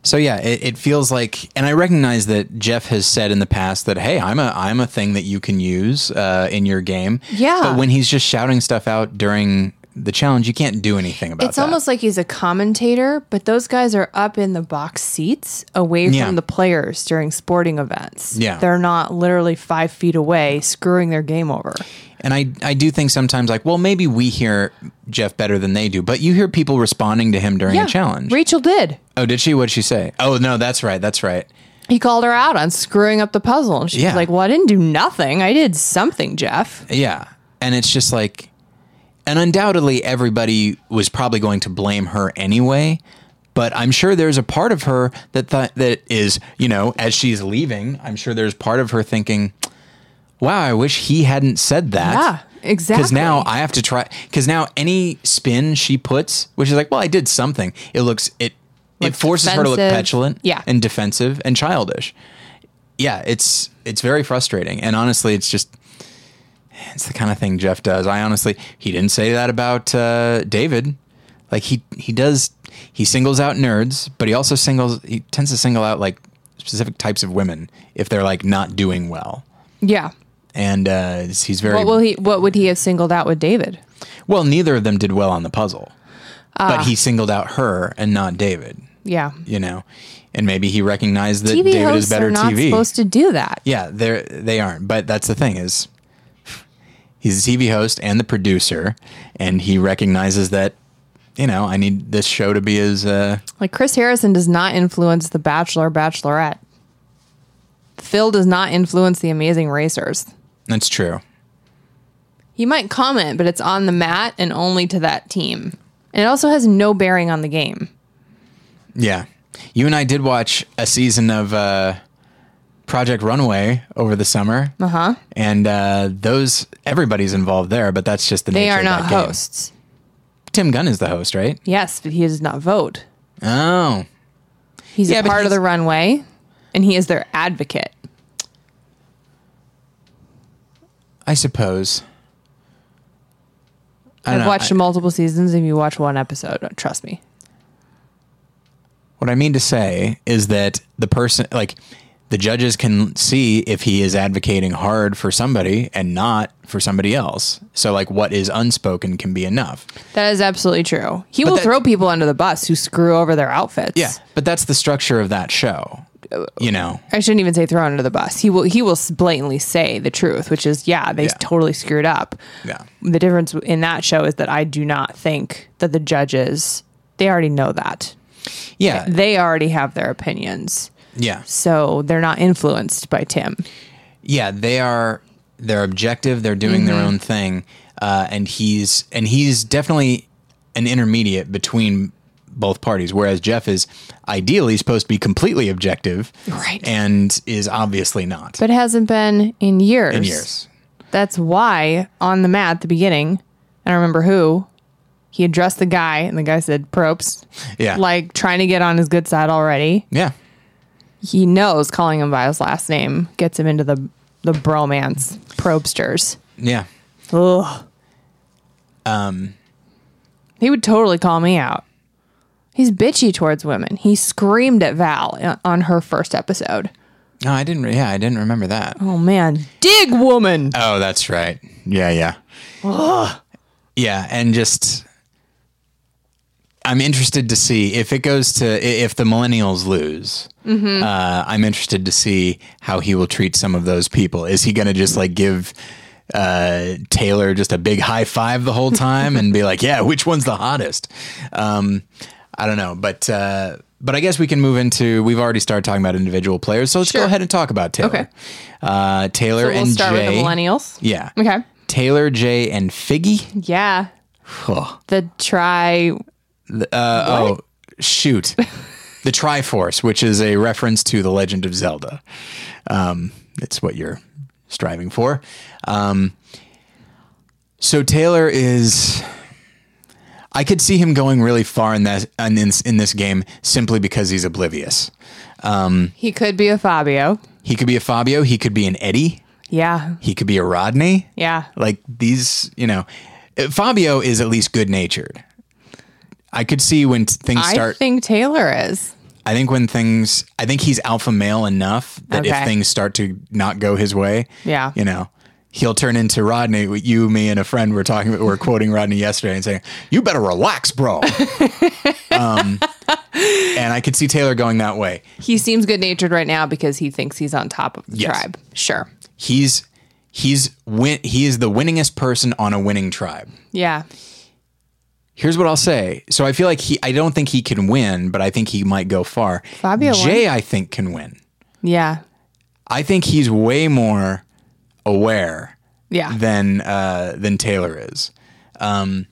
[SPEAKER 1] So yeah, it, it feels like, and I recognize that Jeff has said in the past that hey, I'm a I'm a thing that you can use uh, in your game.
[SPEAKER 2] Yeah.
[SPEAKER 1] But when he's just shouting stuff out during the challenge, you can't do anything about
[SPEAKER 2] It's
[SPEAKER 1] that.
[SPEAKER 2] almost like he's a commentator, but those guys are up in the box seats away
[SPEAKER 1] Yeah.
[SPEAKER 2] from the players during sporting events.
[SPEAKER 1] Yeah.
[SPEAKER 2] They're not literally five feet away screwing their game over.
[SPEAKER 1] And I, I do think sometimes like, well, maybe we hear Jeff better than they do, but you hear people responding to him during a challenge.
[SPEAKER 2] Rachel did.
[SPEAKER 1] oh, did she? What'd she say? Oh, no, that's right. That's right.
[SPEAKER 2] He called her out on screwing up the puzzle. And she's
[SPEAKER 1] Yeah.
[SPEAKER 2] like, Well, I didn't do nothing. I did something, Jeff.
[SPEAKER 1] Yeah. And it's just like, and undoubtedly everybody was probably going to blame her anyway, But I'm sure there's a part of her that th- that is, you know, as she's leaving, I'm sure there's part of her thinking, "Wow, I wish he hadn't said that."
[SPEAKER 2] Yeah, exactly.
[SPEAKER 1] Because now I have to try. Because now any spin she puts, which is like, well, I did something. It looks it. It
[SPEAKER 2] Looks
[SPEAKER 1] forces her to look
[SPEAKER 2] defensive.
[SPEAKER 1] petulant,
[SPEAKER 2] Yeah.
[SPEAKER 1] and defensive and childish. Yeah, it's it's very frustrating, and honestly, it's just it's the kind of thing Jeff does. I honestly, he didn't say that about uh, David. Like he he does, he singles out nerds, but he also singles he tends to single out like specific types of women if they're like not doing well,
[SPEAKER 2] yeah.
[SPEAKER 1] and uh, he's very
[SPEAKER 2] What will he? What would he have singled out with David?
[SPEAKER 1] well, neither of them did well on the puzzle, but
[SPEAKER 2] Ah.
[SPEAKER 1] he singled out her and not David.
[SPEAKER 2] Yeah.
[SPEAKER 1] You know, and maybe he recognized that
[SPEAKER 2] TV
[SPEAKER 1] David
[SPEAKER 2] hosts
[SPEAKER 1] is better
[SPEAKER 2] are not
[SPEAKER 1] TV.
[SPEAKER 2] supposed to do that.
[SPEAKER 1] yeah, they they aren't. But that's the thing is, he's the TV host and the producer, and he recognizes that you know I need this show to be as uh,
[SPEAKER 2] Like Chris Harrison does not influence The Bachelor, Bachelorette. Phil does not influence The Amazing Racers.
[SPEAKER 1] that's true.
[SPEAKER 2] He might comment, but it's on the mat and only to that team. And it also has no bearing on the game.
[SPEAKER 1] Yeah, you and I did watch a season of uh, Project Runway over the summer,
[SPEAKER 2] Uh-huh.
[SPEAKER 1] and uh, those everybody's involved there, but that's just the
[SPEAKER 2] They
[SPEAKER 1] nature
[SPEAKER 2] are
[SPEAKER 1] of
[SPEAKER 2] not
[SPEAKER 1] that game.
[SPEAKER 2] hosts.
[SPEAKER 1] Tim Gunn is the host, right?
[SPEAKER 2] Yes, but he does not vote.
[SPEAKER 1] Oh,
[SPEAKER 2] He's
[SPEAKER 1] Yeah,
[SPEAKER 2] a
[SPEAKER 1] but
[SPEAKER 2] part of
[SPEAKER 1] he's-
[SPEAKER 2] the runway and he is their advocate.
[SPEAKER 1] I suppose. I
[SPEAKER 2] I've
[SPEAKER 1] don't know.
[SPEAKER 2] watched
[SPEAKER 1] I-
[SPEAKER 2] multiple seasons if you watch one episode, trust me.
[SPEAKER 1] What I mean to say is that the person, like the judges, can see if he is advocating hard for somebody and not for somebody else. So, like, what is unspoken can be enough.
[SPEAKER 2] That is absolutely true. He will
[SPEAKER 1] that-
[SPEAKER 2] throw people under the bus who screw over their outfits.
[SPEAKER 1] but that's the structure of that show. You know,
[SPEAKER 2] I shouldn't even say throw under the bus. He will he will blatantly say the truth, which is yeah, they
[SPEAKER 1] Yeah.
[SPEAKER 2] totally screwed up.
[SPEAKER 1] yeah,
[SPEAKER 2] The difference in that show is that I do not think that the judges they already know that.
[SPEAKER 1] yeah,
[SPEAKER 2] They already have their opinions.
[SPEAKER 1] yeah,
[SPEAKER 2] So they're not influenced by Tim.
[SPEAKER 1] yeah. They are they're objective. They're doing
[SPEAKER 2] Mm-hmm.
[SPEAKER 1] their own thing, uh, and he's and he's definitely an intermediate between both parties. Whereas Jeff is ideally supposed to be completely objective,
[SPEAKER 2] Right.
[SPEAKER 1] and is obviously not.
[SPEAKER 2] But it hasn't been in years.
[SPEAKER 1] in years.
[SPEAKER 2] That's why on the mat at the beginning, I don't remember who, he addressed the guy and the guy said [laughs] props.
[SPEAKER 1] Yeah.
[SPEAKER 2] Like trying to get on his good side already.
[SPEAKER 1] yeah.
[SPEAKER 2] He knows calling him by his last name gets him into the the bromance probsters.
[SPEAKER 1] Yeah.
[SPEAKER 2] Ugh. Um He would totally call me out. He's bitchy towards women. He screamed at Val uh, on her first episode.
[SPEAKER 1] No, I didn't. Re- yeah, I didn't remember that.
[SPEAKER 2] Oh man, dig woman.
[SPEAKER 1] Oh, that's right. Yeah, yeah.
[SPEAKER 2] [gasps]
[SPEAKER 1] Yeah, and just I'm interested to see if it goes to i- if the millennials lose.
[SPEAKER 2] Mm-hmm.
[SPEAKER 1] Uh, I'm interested to see how he will treat some of those people. Is he going to just like give uh, Taylor just a big high five the whole time and
[SPEAKER 2] [laughs]
[SPEAKER 1] be like, "Yeah, which one's the hottest?" Um, I don't know, but uh, but I guess we can move into. We've already started talking about individual players, so let's go
[SPEAKER 2] Sure.
[SPEAKER 1] ahead and talk about Taylor.
[SPEAKER 2] Okay.
[SPEAKER 1] Uh, Taylor
[SPEAKER 2] We'll
[SPEAKER 1] and
[SPEAKER 2] start
[SPEAKER 1] Jay.
[SPEAKER 2] with the millennials.
[SPEAKER 1] Yeah.
[SPEAKER 2] Okay.
[SPEAKER 1] Taylor, Jay, and Figgy.
[SPEAKER 2] Yeah.
[SPEAKER 1] Oh,
[SPEAKER 2] The try
[SPEAKER 1] oh, shoot. the Triforce, which is a reference to The Legend of Zelda. Um, it's what you're striving for. Um, so Taylor is. I could see him going really far in that in this, in this game simply because he's oblivious.
[SPEAKER 2] he could be a Fabio.
[SPEAKER 1] He could be a Fabio. He could be an Eddie.
[SPEAKER 2] Yeah.
[SPEAKER 1] He could be a Rodney.
[SPEAKER 2] Yeah.
[SPEAKER 1] Like these, you know, uh, Fabio is at least good natured. I could see when t- things
[SPEAKER 2] I
[SPEAKER 1] start.
[SPEAKER 2] think Taylor is.
[SPEAKER 1] I think when things, I think he's alpha male enough that if
[SPEAKER 2] Okay.
[SPEAKER 1] things start to not go his way,
[SPEAKER 2] Yeah.
[SPEAKER 1] you know, he'll turn into Rodney. You, me, and a friend were talking, we were quoting Rodney yesterday and saying, "You better relax,
[SPEAKER 2] [laughs]
[SPEAKER 1] bro." um, and I could see Taylor going that way.
[SPEAKER 2] He seems good natured right now because he thinks he's on top of the
[SPEAKER 1] Yes.
[SPEAKER 2] tribe. Sure.
[SPEAKER 1] He's he's win. He is the winningest person on a winning tribe.
[SPEAKER 2] Yeah.
[SPEAKER 1] Here's what I'll say. So I feel like he. I don't think he can win, but I think he might go far.
[SPEAKER 2] Fabio won.
[SPEAKER 1] Jay, I think can win.
[SPEAKER 2] Yeah.
[SPEAKER 1] I think he's way more aware
[SPEAKER 2] Yeah.
[SPEAKER 1] than uh, than Taylor is. Um,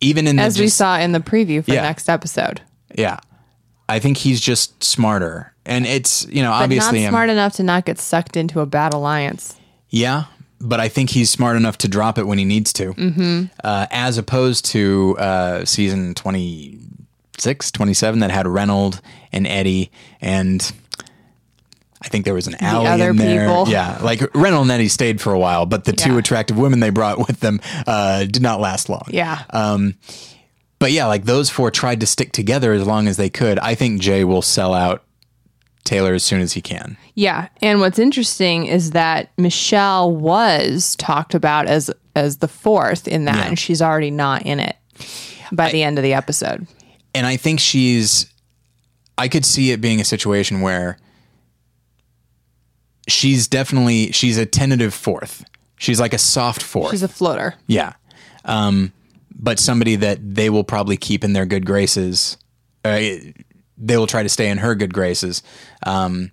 [SPEAKER 1] even in
[SPEAKER 2] As
[SPEAKER 1] the
[SPEAKER 2] we
[SPEAKER 1] just-
[SPEAKER 2] saw in the preview for
[SPEAKER 1] Yeah.
[SPEAKER 2] next episode.
[SPEAKER 1] yeah, I think he's just smarter, and it's you know
[SPEAKER 2] But
[SPEAKER 1] obviously um,
[SPEAKER 2] not
[SPEAKER 1] I'm-
[SPEAKER 2] smart enough to not get sucked into a bad alliance.
[SPEAKER 1] Yeah, but I think he's smart enough to drop it when he needs to, mm-hmm. uh, as opposed to uh, season 26, 27 that had Reynold and Eddie and. I think there was an alley
[SPEAKER 2] other
[SPEAKER 1] in there.
[SPEAKER 2] people.
[SPEAKER 1] Yeah, like Reynolds and Eddie stayed for a while, but the two
[SPEAKER 2] Yeah.
[SPEAKER 1] attractive women they brought with them uh, did not last long.
[SPEAKER 2] Yeah.
[SPEAKER 1] But yeah, like those four tried to stick together as long as they could. I think Jay will sell out Taylor as soon as he can.
[SPEAKER 2] Yeah, and what's interesting is that Michelle was talked about as as the fourth in that, and she's already not in it by the end of the episode.
[SPEAKER 1] and I think she's I could see it being a situation where she's definitely she's a tentative fourth. She's like a soft fourth.
[SPEAKER 2] She's a floater.
[SPEAKER 1] yeah. Um but somebody that they will probably keep in their good graces. Uh, they will try to stay in her good graces. Um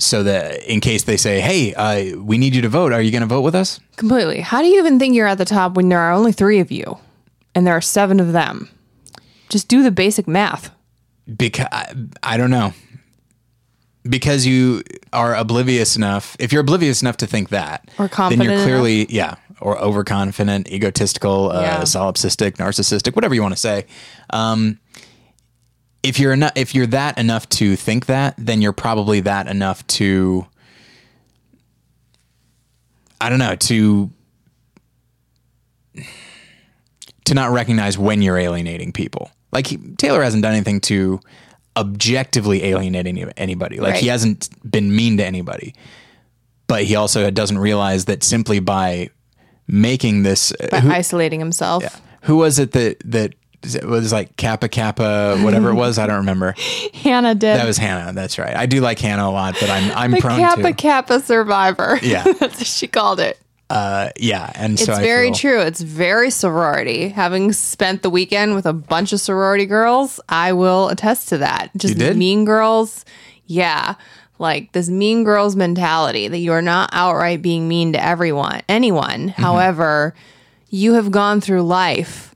[SPEAKER 1] so that in case they say, "Hey, uh, we need you to vote. Are you going to vote with us?"
[SPEAKER 2] Completely. How do you even think you're at the top when there are only three of you, and there are seven of them? Just do the basic math.
[SPEAKER 1] because I, I don't know because you are oblivious enough if you're oblivious enough to think that
[SPEAKER 2] Or
[SPEAKER 1] then
[SPEAKER 2] confident
[SPEAKER 1] you're clearly yeah or overconfident egotistical
[SPEAKER 2] Yeah.
[SPEAKER 1] uh, solipsistic narcissistic whatever you want to say um, if you're enough if you're that enough to think that then you're probably that enough to i don't know to to not recognize when you're alienating people. Like he, Taylor hasn't done anything to objectively alienate any, anybody. Like he
[SPEAKER 2] Right.
[SPEAKER 1] hasn't been mean to anybody. But he also doesn't realize that simply by making this uh,
[SPEAKER 2] By isolating himself,
[SPEAKER 1] who was it that that it was like Kappa Kappa whatever it was, I don't remember.
[SPEAKER 2] [laughs] Hannah did
[SPEAKER 1] That was Hannah, that's right. I do like Hannah a lot, but I'm I'm
[SPEAKER 2] the
[SPEAKER 1] prone
[SPEAKER 2] Kappa
[SPEAKER 1] to.
[SPEAKER 2] Kappa survivor.
[SPEAKER 1] Yeah.
[SPEAKER 2] [laughs] that's what she called it.
[SPEAKER 1] yeah, and so
[SPEAKER 2] It's
[SPEAKER 1] I
[SPEAKER 2] very
[SPEAKER 1] feel-
[SPEAKER 2] true. It's very sorority. Having spent the weekend with a bunch of sorority girls, I will attest to that. Just
[SPEAKER 1] did?
[SPEAKER 2] mean girls. Yeah. Like this mean girls mentality that you are not outright being mean to everyone, anyone.
[SPEAKER 1] Mm-hmm.
[SPEAKER 2] However, you have gone through life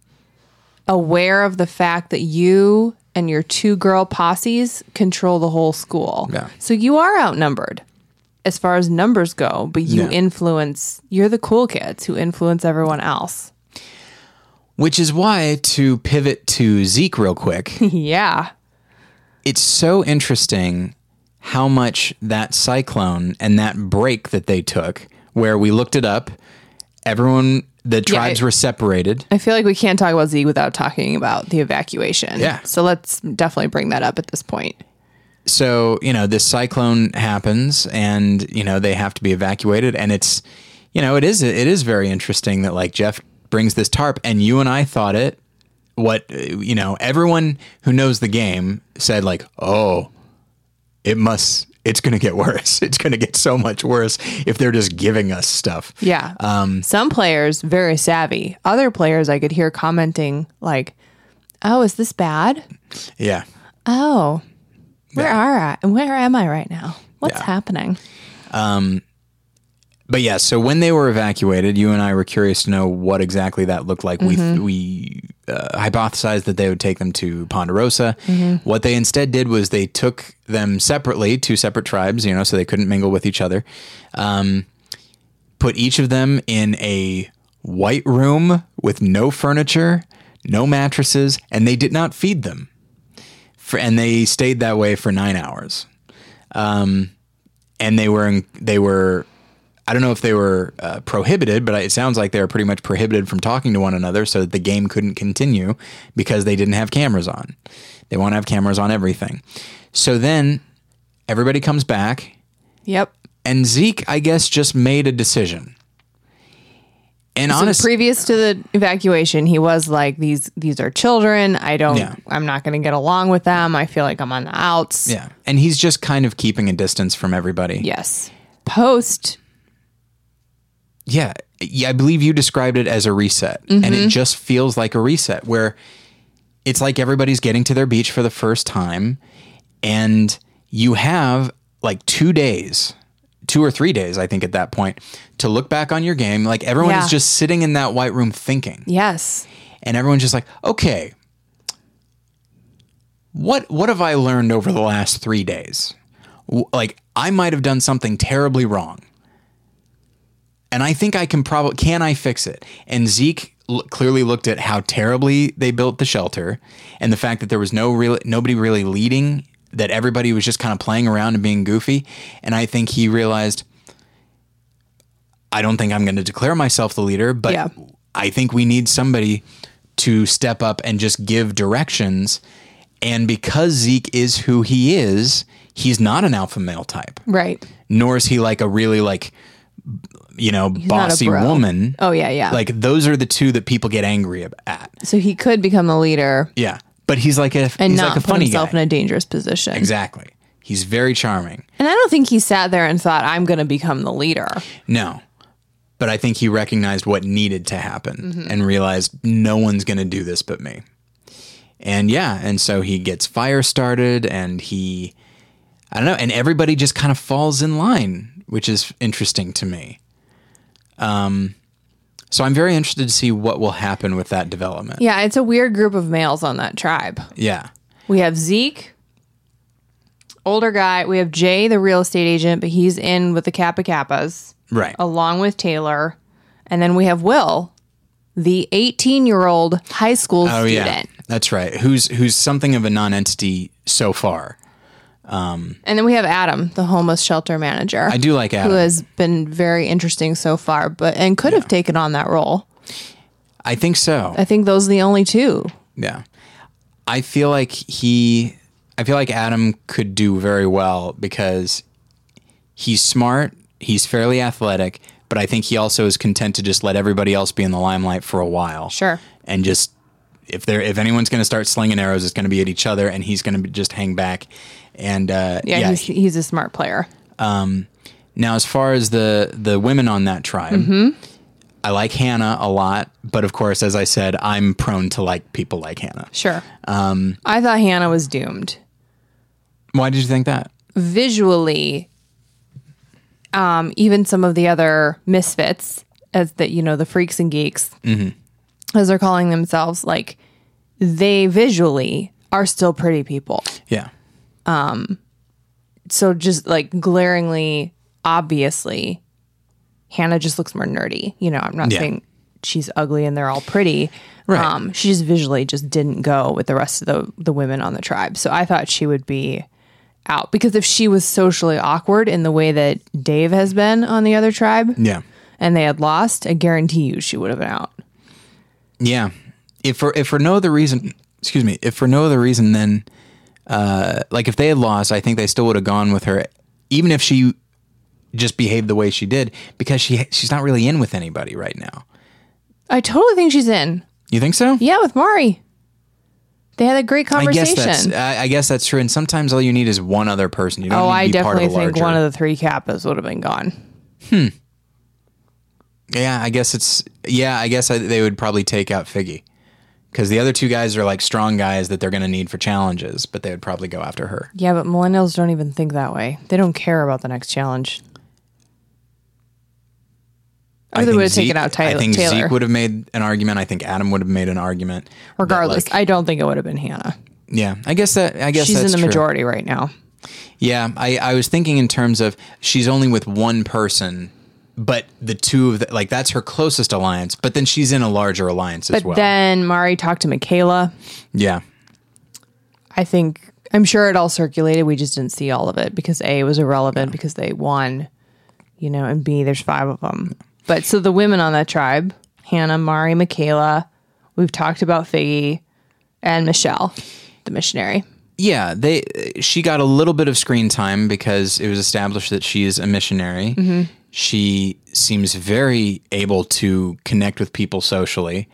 [SPEAKER 2] aware of the fact that you and your two girl posses control the whole school.
[SPEAKER 1] Yeah.
[SPEAKER 2] So you are outnumbered as far as numbers go, but you
[SPEAKER 1] Yeah.
[SPEAKER 2] influence, you're the cool kids who influence everyone else. [laughs]
[SPEAKER 1] Which is why to pivot to Zeke real quick.
[SPEAKER 2] yeah.
[SPEAKER 1] it's so interesting how much that cyclone and that break that they took, where we looked it up, everyone, the tribes
[SPEAKER 2] I-
[SPEAKER 1] were separated.
[SPEAKER 2] I feel like we can't talk about Zeke without talking about the evacuation.
[SPEAKER 1] Yeah.
[SPEAKER 2] So let's definitely bring that up at this point.
[SPEAKER 1] So, you know, this cyclone happens and, you know, they have to be evacuated. And it's, you know, it is, it is very interesting that like Jeff brings this tarp and you and I thought it, what, uh, you know, everyone who knows the game said like, oh, it must, it's going to get worse. [laughs] It's going to get so much worse if they're just giving us stuff.
[SPEAKER 2] Yeah. Um, Some players very savvy. Other players I could hear commenting like, "Oh, is this bad?
[SPEAKER 1] Yeah.
[SPEAKER 2] Oh, where are I? And where am I right now? What's
[SPEAKER 1] Yeah.
[SPEAKER 2] happening?"
[SPEAKER 1] But yeah, so when they were evacuated, you and I were curious to know what exactly that looked like. We we uh, hypothesized that they would take them to Ponderosa. What they instead did was they took them separately, two separate tribes, you know, so they couldn't mingle with each other. Um, put each of them in a white room with no furniture, no mattresses, and they did not feed them. For, and they stayed that way for nine hours. Um, and they were in, they were I don't know if they were uh, prohibited, but it sounds like they were pretty much prohibited from talking to one another so that the game couldn't continue because they didn't have cameras on. They want to have cameras on everything. So then everybody comes back
[SPEAKER 2] Yep.
[SPEAKER 1] and Zeke I guess just made a decision. And honestly,
[SPEAKER 2] previous to the evacuation he was like these these are children i don't
[SPEAKER 1] Yeah.
[SPEAKER 2] i'm not going to get along with them i feel like i'm on the outs
[SPEAKER 1] yeah. And he's just kind of keeping a distance from everybody.
[SPEAKER 2] yes post
[SPEAKER 1] yeah, yeah, I believe you described it as a reset, and it just feels like a reset where it's like everybody's getting to their beach for the first time, and you have like two days, two or three days, I think, at that point, to look back on your game. Like everyone
[SPEAKER 2] Yeah.
[SPEAKER 1] is just sitting in that white room thinking,
[SPEAKER 2] yes
[SPEAKER 1] and everyone's just like, okay, what what have I learned over the last three days? W- Like I might have done something terribly wrong, and I think I can probably can I fix it? And Zeke l- clearly looked at how terribly they built the shelter, and the fact that there was no real nobody really leading, that everybody was just kind of playing around and being goofy, and I think he realized. I don't think I'm going to declare myself the leader, but
[SPEAKER 2] Yeah.
[SPEAKER 1] I think we need somebody to step up and just give directions. And because Zeke is who he is, he's not an alpha male type,
[SPEAKER 2] Right.
[SPEAKER 1] nor is he like a really like, you know,
[SPEAKER 2] not a
[SPEAKER 1] bossy
[SPEAKER 2] bro.
[SPEAKER 1] woman.
[SPEAKER 2] Oh yeah, yeah.
[SPEAKER 1] Like those are the two that people get angry ab- at.
[SPEAKER 2] so he could become the leader
[SPEAKER 1] Yeah, but he's like a
[SPEAKER 2] and
[SPEAKER 1] he's
[SPEAKER 2] not
[SPEAKER 1] like a
[SPEAKER 2] put
[SPEAKER 1] funny guy.
[SPEAKER 2] himself in a dangerous position.
[SPEAKER 1] exactly. He's very charming.
[SPEAKER 2] And I don't think he sat there and thought, "I'm going to become the leader."
[SPEAKER 1] No. But I think he recognized what needed to happen
[SPEAKER 2] Mm-hmm.
[SPEAKER 1] and realized no one's going to do this but me. And yeah, and so he gets fire started and he I don't know, and everybody just kind of falls in line, which is interesting to me. Um so I'm very interested to see what will happen with that development.
[SPEAKER 2] Yeah, it's a weird group of males on that tribe.
[SPEAKER 1] Yeah.
[SPEAKER 2] We have Zeke, older guy. We have Jay, the real estate agent, but he's in with the Kappa Kappas,
[SPEAKER 1] Right.
[SPEAKER 2] along with Taylor. And then we have Will, the 18 year old high school
[SPEAKER 1] Oh yeah.
[SPEAKER 2] student.
[SPEAKER 1] That's right. Who's who's something of a non-entity so far.
[SPEAKER 2] And then we have Adam, the homeless shelter manager,
[SPEAKER 1] I do like Adam.
[SPEAKER 2] who has been very interesting so far, but and could have taken on that role.
[SPEAKER 1] I think so.
[SPEAKER 2] I think those are the only two.
[SPEAKER 1] Yeah. I feel like he I feel like Adam could do very well because he's smart, he's fairly athletic, but I think he also is content to just let everybody else be in the limelight for a while.
[SPEAKER 2] Sure.
[SPEAKER 1] And just if there if anyone's going to start slinging arrows, it's going to be at each other and he's going to just hang back. And uh
[SPEAKER 2] Yeah,
[SPEAKER 1] yeah,
[SPEAKER 2] he's, he's a smart player.
[SPEAKER 1] now, as far as the the women on that tribe,
[SPEAKER 2] Mm-hmm.
[SPEAKER 1] I like Hannah a lot, but of course, as I said, I'm prone to like people like Hannah.
[SPEAKER 2] Sure. Um, I thought Hannah was doomed.
[SPEAKER 1] Why did you think that?
[SPEAKER 2] Visually, um, even some of the other misfits, as that you know, the freaks and geeks, as they're calling themselves, like they visually are still pretty people.
[SPEAKER 1] Yeah.
[SPEAKER 2] So just like glaringly, obviously, Hannah just looks more nerdy. You know, I'm not
[SPEAKER 1] Yeah.
[SPEAKER 2] saying she's ugly and they're all pretty. Right. Um, she just visually just didn't go with the rest of the the women on the tribe. So I thought she would be out because if she was socially awkward in the way that Dave has been on the other tribe
[SPEAKER 1] Yeah.
[SPEAKER 2] and they had lost, I guarantee you she would have been out.
[SPEAKER 1] Yeah. If for if for no other reason, excuse me, if for no other reason then uh like if they had lost, I think they still would have gone with her even if she just behaved the way she did because she she's not really in with anybody right now.
[SPEAKER 2] I totally think she's in.
[SPEAKER 1] You think so?
[SPEAKER 2] Yeah, with Mari. They had a great
[SPEAKER 1] I
[SPEAKER 2] conversation.
[SPEAKER 1] guess that's uh, I, I guess that's true and sometimes all you need is one other person. You don't
[SPEAKER 2] Oh, I
[SPEAKER 1] need to be part of
[SPEAKER 2] definitely
[SPEAKER 1] a
[SPEAKER 2] think
[SPEAKER 1] larger.
[SPEAKER 2] one of the three kappas would have been gone.
[SPEAKER 1] Yeah, I guess it's yeah, I guess I, they would probably take out Figgy. Cuz the other two guys are like strong guys that they're going to need for challenges, but they would probably go after her.
[SPEAKER 2] Yeah, but millennials don't even think that way. They don't care about the next challenge.
[SPEAKER 1] I
[SPEAKER 2] Or they
[SPEAKER 1] think
[SPEAKER 2] would have taken
[SPEAKER 1] Zeke-
[SPEAKER 2] out Taylor.
[SPEAKER 1] I think
[SPEAKER 2] Taylor.
[SPEAKER 1] Zeke would have made an argument. I think Adam would have made an argument. that,
[SPEAKER 2] Regardless,
[SPEAKER 1] like-
[SPEAKER 2] I don't think it would have been Hannah.
[SPEAKER 1] yeah, I guess that. I guess
[SPEAKER 2] She's in
[SPEAKER 1] that's
[SPEAKER 2] the
[SPEAKER 1] true.
[SPEAKER 2] majority right now.
[SPEAKER 1] Yeah, I, I was thinking in terms of she's only with one person, but the two of the, like that's her closest alliance. But then she's in a larger alliance as
[SPEAKER 2] But
[SPEAKER 1] well.
[SPEAKER 2] then Mari talked to Michaela.
[SPEAKER 1] yeah,
[SPEAKER 2] I think I'm sure it all circulated. We just didn't see all of it because A it was irrelevant because they won, you know, and B there's five of them. But so the women on that tribe, Hannah, Mari, Michaela, we've talked about Figgy and Michelle, the missionary.
[SPEAKER 1] yeah. They she got a little bit of screen time because it was established that she is a missionary.
[SPEAKER 2] Mm-hmm.
[SPEAKER 1] She seems very able to connect with people socially,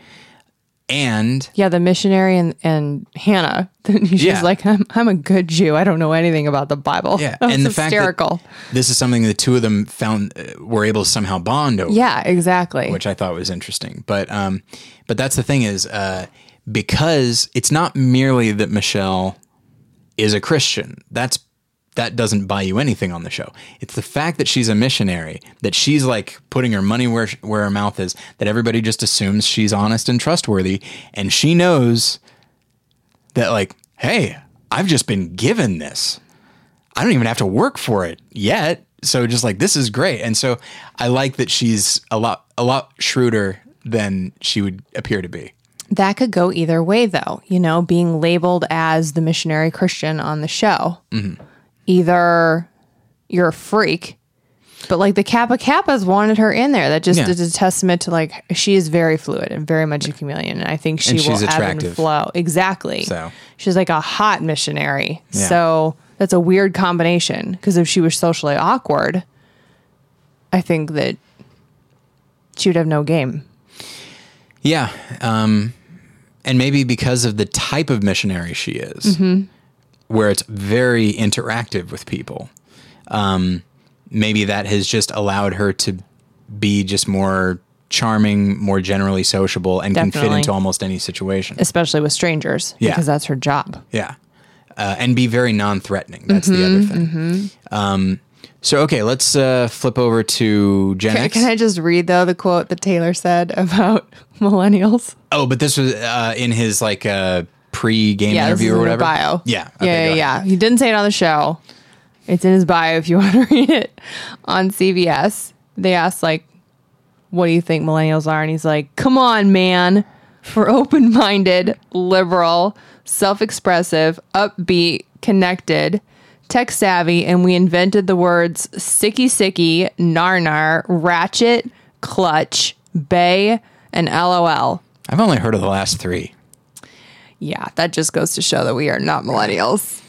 [SPEAKER 1] and
[SPEAKER 2] Yeah, the missionary and, and Hannah. [laughs] She's
[SPEAKER 1] Yeah.
[SPEAKER 2] like, I'm, I'm a good Jew. I don't know anything about the Bible.
[SPEAKER 1] Yeah,
[SPEAKER 2] That
[SPEAKER 1] and
[SPEAKER 2] was
[SPEAKER 1] the fact
[SPEAKER 2] Oh, hysterical.
[SPEAKER 1] that this is something the two of them found uh, were able to somehow bond over,
[SPEAKER 2] yeah, exactly.
[SPEAKER 1] which I thought was interesting. But um, but that's the thing is uh, because it's not merely that Michelle is a Christian. That's that doesn't buy you anything on the show. It's the fact that she's a missionary, that she's like putting her money where where her mouth is, that everybody just assumes she's honest and trustworthy, and she knows that like, hey, I've just been given this. I don't even have to work for it yet. So just like this is great. And so I like that she's a lot a lot shrewder than she would appear to be.
[SPEAKER 2] That could go either way, though. You know, being labeled as the missionary Christian on the show.
[SPEAKER 1] Mm-hmm.
[SPEAKER 2] Either you're a freak, but like the Kappa Kappas wanted her in there. That just
[SPEAKER 1] Yeah.
[SPEAKER 2] is a testament to like she is very fluid and very much a chameleon. And I think she
[SPEAKER 1] And
[SPEAKER 2] will
[SPEAKER 1] she's
[SPEAKER 2] ebb and
[SPEAKER 1] attractive.
[SPEAKER 2] flow. Exactly.
[SPEAKER 1] So.
[SPEAKER 2] she's like a hot missionary.
[SPEAKER 1] Yeah.
[SPEAKER 2] So that's a weird combination because if she was socially awkward, I think that she would have no game.
[SPEAKER 1] Yeah. Um, and maybe because of the type of missionary she is, where it's very interactive with people, um, maybe that has just allowed her to be just more charming, more generally sociable, and can fit
[SPEAKER 2] Definitely.
[SPEAKER 1] into almost any situation.
[SPEAKER 2] especially with strangers
[SPEAKER 1] Yeah.
[SPEAKER 2] because that's her job.
[SPEAKER 1] Yeah. Uh, and be very non threatening. That's the other thing.
[SPEAKER 2] Mm-hmm,
[SPEAKER 1] Um, so, okay, let's uh, flip over to Gen
[SPEAKER 2] Can,
[SPEAKER 1] X.
[SPEAKER 2] can I just read though the quote that Taylor said about [laughs] millennials?
[SPEAKER 1] oh, but this was uh, in his like uh, pre game
[SPEAKER 2] this
[SPEAKER 1] interview
[SPEAKER 2] is
[SPEAKER 1] or
[SPEAKER 2] in the
[SPEAKER 1] whatever.
[SPEAKER 2] Bio.
[SPEAKER 1] Yeah.
[SPEAKER 2] yeah,
[SPEAKER 1] okay,
[SPEAKER 2] yeah,
[SPEAKER 1] go ahead.
[SPEAKER 2] yeah. He didn't say it on the show. It's in his bio if you [laughs] want to read it on CBS. They asked like, "What do you think millennials are?" And he's like, "Come on, man. We're [laughs] open-minded, liberal, self-expressive, upbeat, connected." Tech savvy, and we invented the words sicky sicky, nar nar, ratchet, clutch, bay, and lol.
[SPEAKER 1] I've only heard of the last three.
[SPEAKER 2] Yeah, that just goes to show that we are not millennials.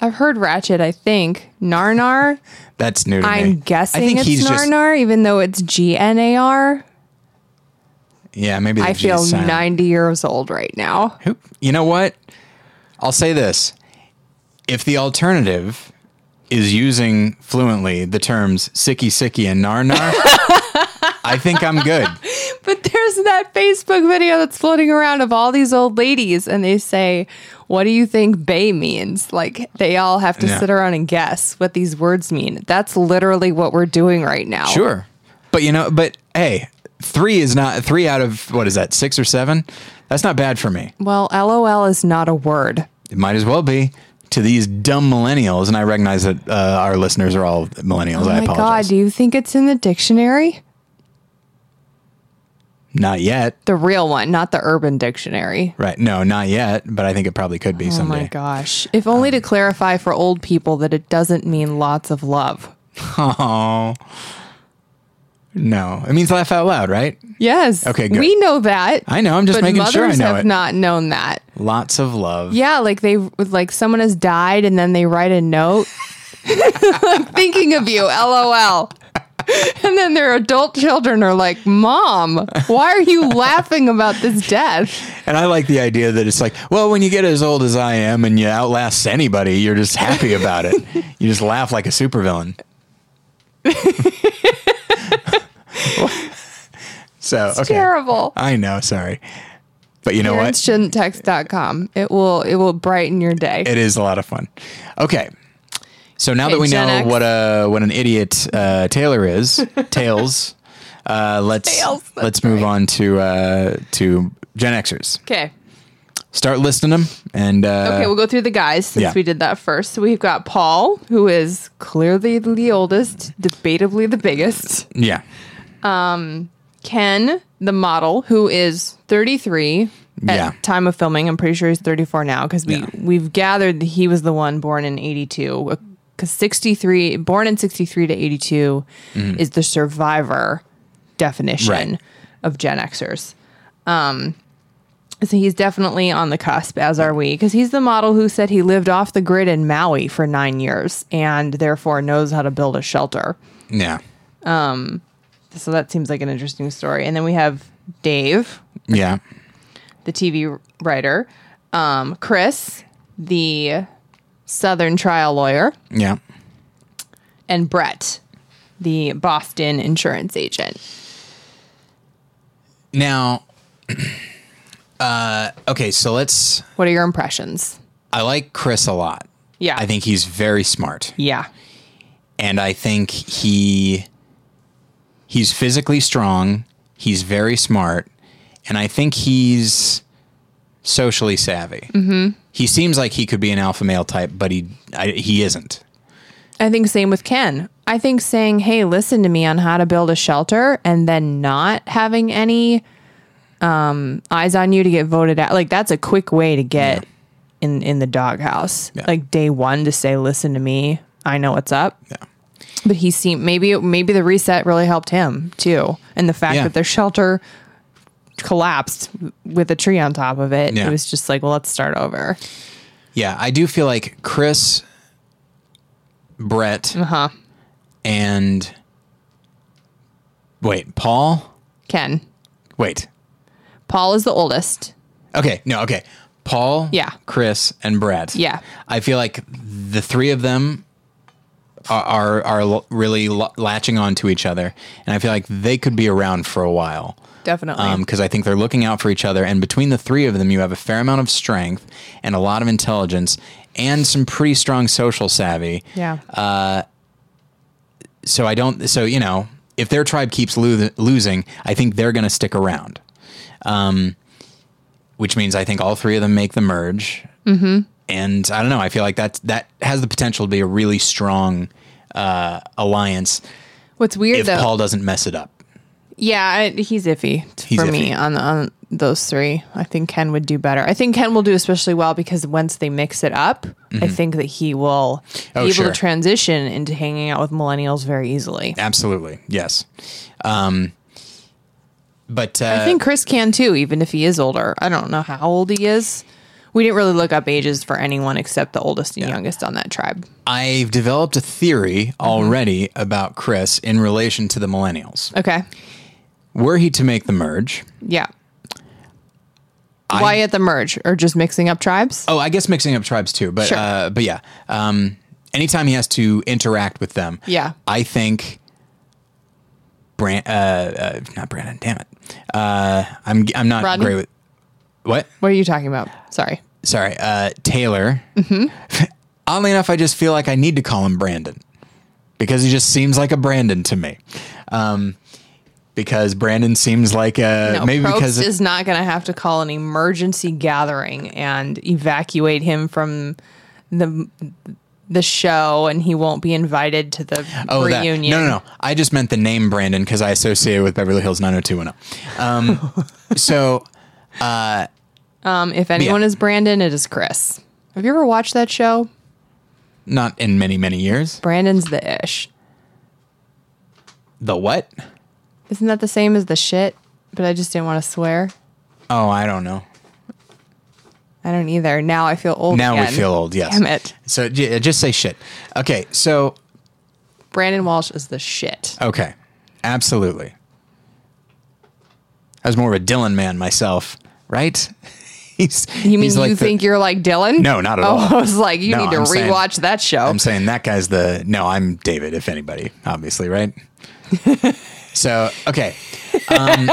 [SPEAKER 2] I've heard Ratchet, I think. Narnar,
[SPEAKER 1] That's new to me.
[SPEAKER 2] I'm guessing
[SPEAKER 1] I think
[SPEAKER 2] it's
[SPEAKER 1] he's just
[SPEAKER 2] Narnar, even though it's G N A R.
[SPEAKER 1] yeah. Maybe the
[SPEAKER 2] I
[SPEAKER 1] G
[SPEAKER 2] feel
[SPEAKER 1] sound.
[SPEAKER 2] 90 years old right now.
[SPEAKER 1] Who- You know what? I'll say this: if the alternative is using fluently the terms "sicky sicky" and "nar
[SPEAKER 2] [laughs]
[SPEAKER 1] nar," I think I'm good.
[SPEAKER 2] But there's that Facebook video that's floating around of all these old ladies, and they say, What do you think bay means? Like, they all have to
[SPEAKER 1] Yeah.
[SPEAKER 2] sit around and guess what these words mean. That's literally what we're doing right now.
[SPEAKER 1] Sure. But you know, but hey, three is not three out of what is that, six or seven? That's not bad for me.
[SPEAKER 2] Well, LOL is not a word.
[SPEAKER 1] It might as well be to these dumb millennials. And I recognize that uh, our listeners are all millennials. I
[SPEAKER 2] Oh my
[SPEAKER 1] apologize.
[SPEAKER 2] god, do you think it's in the dictionary?
[SPEAKER 1] Not yet.
[SPEAKER 2] The real one, not the urban dictionary.
[SPEAKER 1] Right. No, not yet. But I think it probably could be
[SPEAKER 2] Oh
[SPEAKER 1] someday. Um,
[SPEAKER 2] my gosh. If only to clarify for old people that it doesn't mean lots of love.
[SPEAKER 1] Oh. No. It means laugh out loud, right?
[SPEAKER 2] Yes.
[SPEAKER 1] Okay, good.
[SPEAKER 2] We know that.
[SPEAKER 1] I know. I'm just
[SPEAKER 2] but
[SPEAKER 1] making
[SPEAKER 2] mothers
[SPEAKER 1] sure I know
[SPEAKER 2] have
[SPEAKER 1] it.
[SPEAKER 2] not known that.
[SPEAKER 1] Lots of love.
[SPEAKER 2] Yeah, like they like someone has died and then they write a note [laughs] like, thinking of you, LOL. [laughs] And then their adult children are like, "Mom, why are you laughing about this death?"
[SPEAKER 1] And I like the idea that it's like, well, when you get as old as I am and you outlast anybody, you're just happy about
[SPEAKER 2] [laughs]
[SPEAKER 1] it. you just laugh like a supervillain. [laughs] so okay.
[SPEAKER 2] Terrible.
[SPEAKER 1] I know, sorry. But you know what?
[SPEAKER 2] Parents shouldn't text.com. It will it will brighten your day.
[SPEAKER 1] It is a lot of fun. Okay. So now
[SPEAKER 2] Okay,
[SPEAKER 1] that we
[SPEAKER 2] Gen
[SPEAKER 1] know
[SPEAKER 2] X.
[SPEAKER 1] what a what an idiot uh, Taylor
[SPEAKER 2] [laughs]
[SPEAKER 1] is, Tails, uh, let's
[SPEAKER 2] Tails, that's
[SPEAKER 1] let's move on to uh, to Gen Xers.
[SPEAKER 2] okay.
[SPEAKER 1] Start listing them, and uh,
[SPEAKER 2] Okay, we'll go through the guys since
[SPEAKER 1] yeah.
[SPEAKER 2] we did that first. So we've got Paul, who is clearly the oldest, debatably the biggest.
[SPEAKER 1] yeah,
[SPEAKER 2] Ken, the model, who is 33 at
[SPEAKER 1] Yeah.
[SPEAKER 2] time of filming. I'm pretty sure he's 34 now because we
[SPEAKER 1] Yeah.
[SPEAKER 2] we've gathered that he was the one born in 82 because 63 born in 63 to 82 is the survivor definition
[SPEAKER 1] Mm-hmm. Right.
[SPEAKER 2] of Gen Xers. Um so he's definitely on the cusp, as are we, because he's the model who said he lived off the grid in Maui for nine years and therefore knows how to build a shelter.
[SPEAKER 1] yeah,
[SPEAKER 2] So that seems like an interesting story. And then we have Dave,
[SPEAKER 1] yeah,
[SPEAKER 2] the TV writer, um, Chris, the Southern trial lawyer,
[SPEAKER 1] yeah.
[SPEAKER 2] and Brett, the Boston insurance agent.
[SPEAKER 1] Now, [clears throat] uh, okay, so let's.
[SPEAKER 2] What are your impressions?
[SPEAKER 1] I like Chris a lot.
[SPEAKER 2] Yeah.
[SPEAKER 1] I think he's very smart.
[SPEAKER 2] Yeah.
[SPEAKER 1] and I think he he's physically strong, he's very smart, and I think he's socially savvy. Mm-hmm. He seems like he could be an alpha male type, but he I, he isn't.
[SPEAKER 2] I think same with Ken. I think saying, "Hey, listen to me on how to build a shelter," and then not having any um, eyes on you to get voted out, like that's a quick way to get in in the doghouse.
[SPEAKER 1] Yeah.
[SPEAKER 2] Like day one to say, "Listen to me, I know what's up."
[SPEAKER 1] Yeah.
[SPEAKER 2] But he seemed maybe it- maybe the reset really helped him too, and the fact
[SPEAKER 1] Yeah.
[SPEAKER 2] that their shelter collapsed with a tree on top of it.
[SPEAKER 1] Yeah.
[SPEAKER 2] It was just like, well, let's start over.
[SPEAKER 1] Yeah, I do feel like Chris, Brett,
[SPEAKER 2] Uh huh.
[SPEAKER 1] and wait, Paul.
[SPEAKER 2] Ken.
[SPEAKER 1] Wait,
[SPEAKER 2] Paul is the oldest.
[SPEAKER 1] okay, no, okay, Paul.
[SPEAKER 2] Yeah.
[SPEAKER 1] Chris and Brett.
[SPEAKER 2] Yeah.
[SPEAKER 1] I feel like the three of them are are, are l- really l- latching on to each other, and I feel like they could be around for a while.
[SPEAKER 2] Definitely.
[SPEAKER 1] because I think they're looking out for each other. And between the three of them, you have a fair amount of strength and a lot of intelligence and some pretty strong social savvy.
[SPEAKER 2] yeah.
[SPEAKER 1] So I don't. So you know, if their tribe keeps lo- losing, I think they're going to stick around. Um, which means I think all three of them make the merge. Mm-hmm. And I don't know. I feel like that's that has the potential to be a really strong uh, alliance
[SPEAKER 2] What's weird
[SPEAKER 1] if
[SPEAKER 2] though.
[SPEAKER 1] Paul doesn't mess it up.
[SPEAKER 2] yeah, I, he's iffy t-
[SPEAKER 1] He's
[SPEAKER 2] for me
[SPEAKER 1] iffy.
[SPEAKER 2] on on those three. I think Ken would do better. I think Ken will do especially well because once they mix it up, I think that he will
[SPEAKER 1] Mm-hmm. Oh,
[SPEAKER 2] be able
[SPEAKER 1] sure.
[SPEAKER 2] to transition into hanging out with millennials very easily.
[SPEAKER 1] Absolutely, yes. Um, but uh,
[SPEAKER 2] I think Chris can too, even if he is older. I don't know how old he is. We didn't really look up ages for anyone except the oldest and youngest on that tribe.
[SPEAKER 1] I've developed a theory
[SPEAKER 2] Mm-hmm.
[SPEAKER 1] already about Chris in relation to the millennials.
[SPEAKER 2] Okay.
[SPEAKER 1] Were he to make the merge,
[SPEAKER 2] Yeah. Why at the merge or just mixing up tribes?
[SPEAKER 1] oh, I guess mixing up tribes too, but
[SPEAKER 2] Sure.
[SPEAKER 1] uh, but yeah, um, anytime he has to interact with them,
[SPEAKER 2] Yeah.
[SPEAKER 1] I think. Brand, uh, uh, not Brandon. Damn it, uh, I'm I'm not
[SPEAKER 2] Rodney?
[SPEAKER 1] great with what.
[SPEAKER 2] What are you talking about? Sorry.
[SPEAKER 1] Sorry, uh, Taylor.
[SPEAKER 2] Mm-hmm.
[SPEAKER 1] [laughs] Oddly enough, I just feel like I need to call him Brandon because he just seems like a Brandon to me. Um, because Brandon seems like a
[SPEAKER 2] No,
[SPEAKER 1] Uh, maybe
[SPEAKER 2] Probst
[SPEAKER 1] because
[SPEAKER 2] is not going to have to call an emergency gathering and evacuate him from the the show, and he won't be invited to the
[SPEAKER 1] oh that no
[SPEAKER 2] reunion.
[SPEAKER 1] no no I just meant the name Brandon because I associate it with Beverly Hills 90210.
[SPEAKER 2] [laughs]
[SPEAKER 1] Um, so
[SPEAKER 2] Um, if anyone is Brandon, it is Chris. Have you ever watched that show?
[SPEAKER 1] not in many many years.
[SPEAKER 2] Brandon's the ish.
[SPEAKER 1] The what?
[SPEAKER 2] Isn't that the same as the shit? But I just didn't want to swear.
[SPEAKER 1] Oh, I don't know.
[SPEAKER 2] I don't either. Now I feel old.
[SPEAKER 1] Now
[SPEAKER 2] again.
[SPEAKER 1] we feel old. Yes.
[SPEAKER 2] Damn it.
[SPEAKER 1] So j- uh, just say shit. Okay. So
[SPEAKER 2] Brandon Walsh is the shit.
[SPEAKER 1] Okay. Absolutely. I was more of a Dylan man myself, right? [laughs] he's
[SPEAKER 2] You mean
[SPEAKER 1] he's like
[SPEAKER 2] you
[SPEAKER 1] the-
[SPEAKER 2] think you're like Dylan?
[SPEAKER 1] No, not at
[SPEAKER 2] oh,
[SPEAKER 1] all.
[SPEAKER 2] [laughs] I was like, you
[SPEAKER 1] No,
[SPEAKER 2] need to
[SPEAKER 1] I'm saying-
[SPEAKER 2] rewatch that show.
[SPEAKER 1] I'm saying that guy's the no, I'm David, if anybody, obviously, right? [laughs] so okay. Um,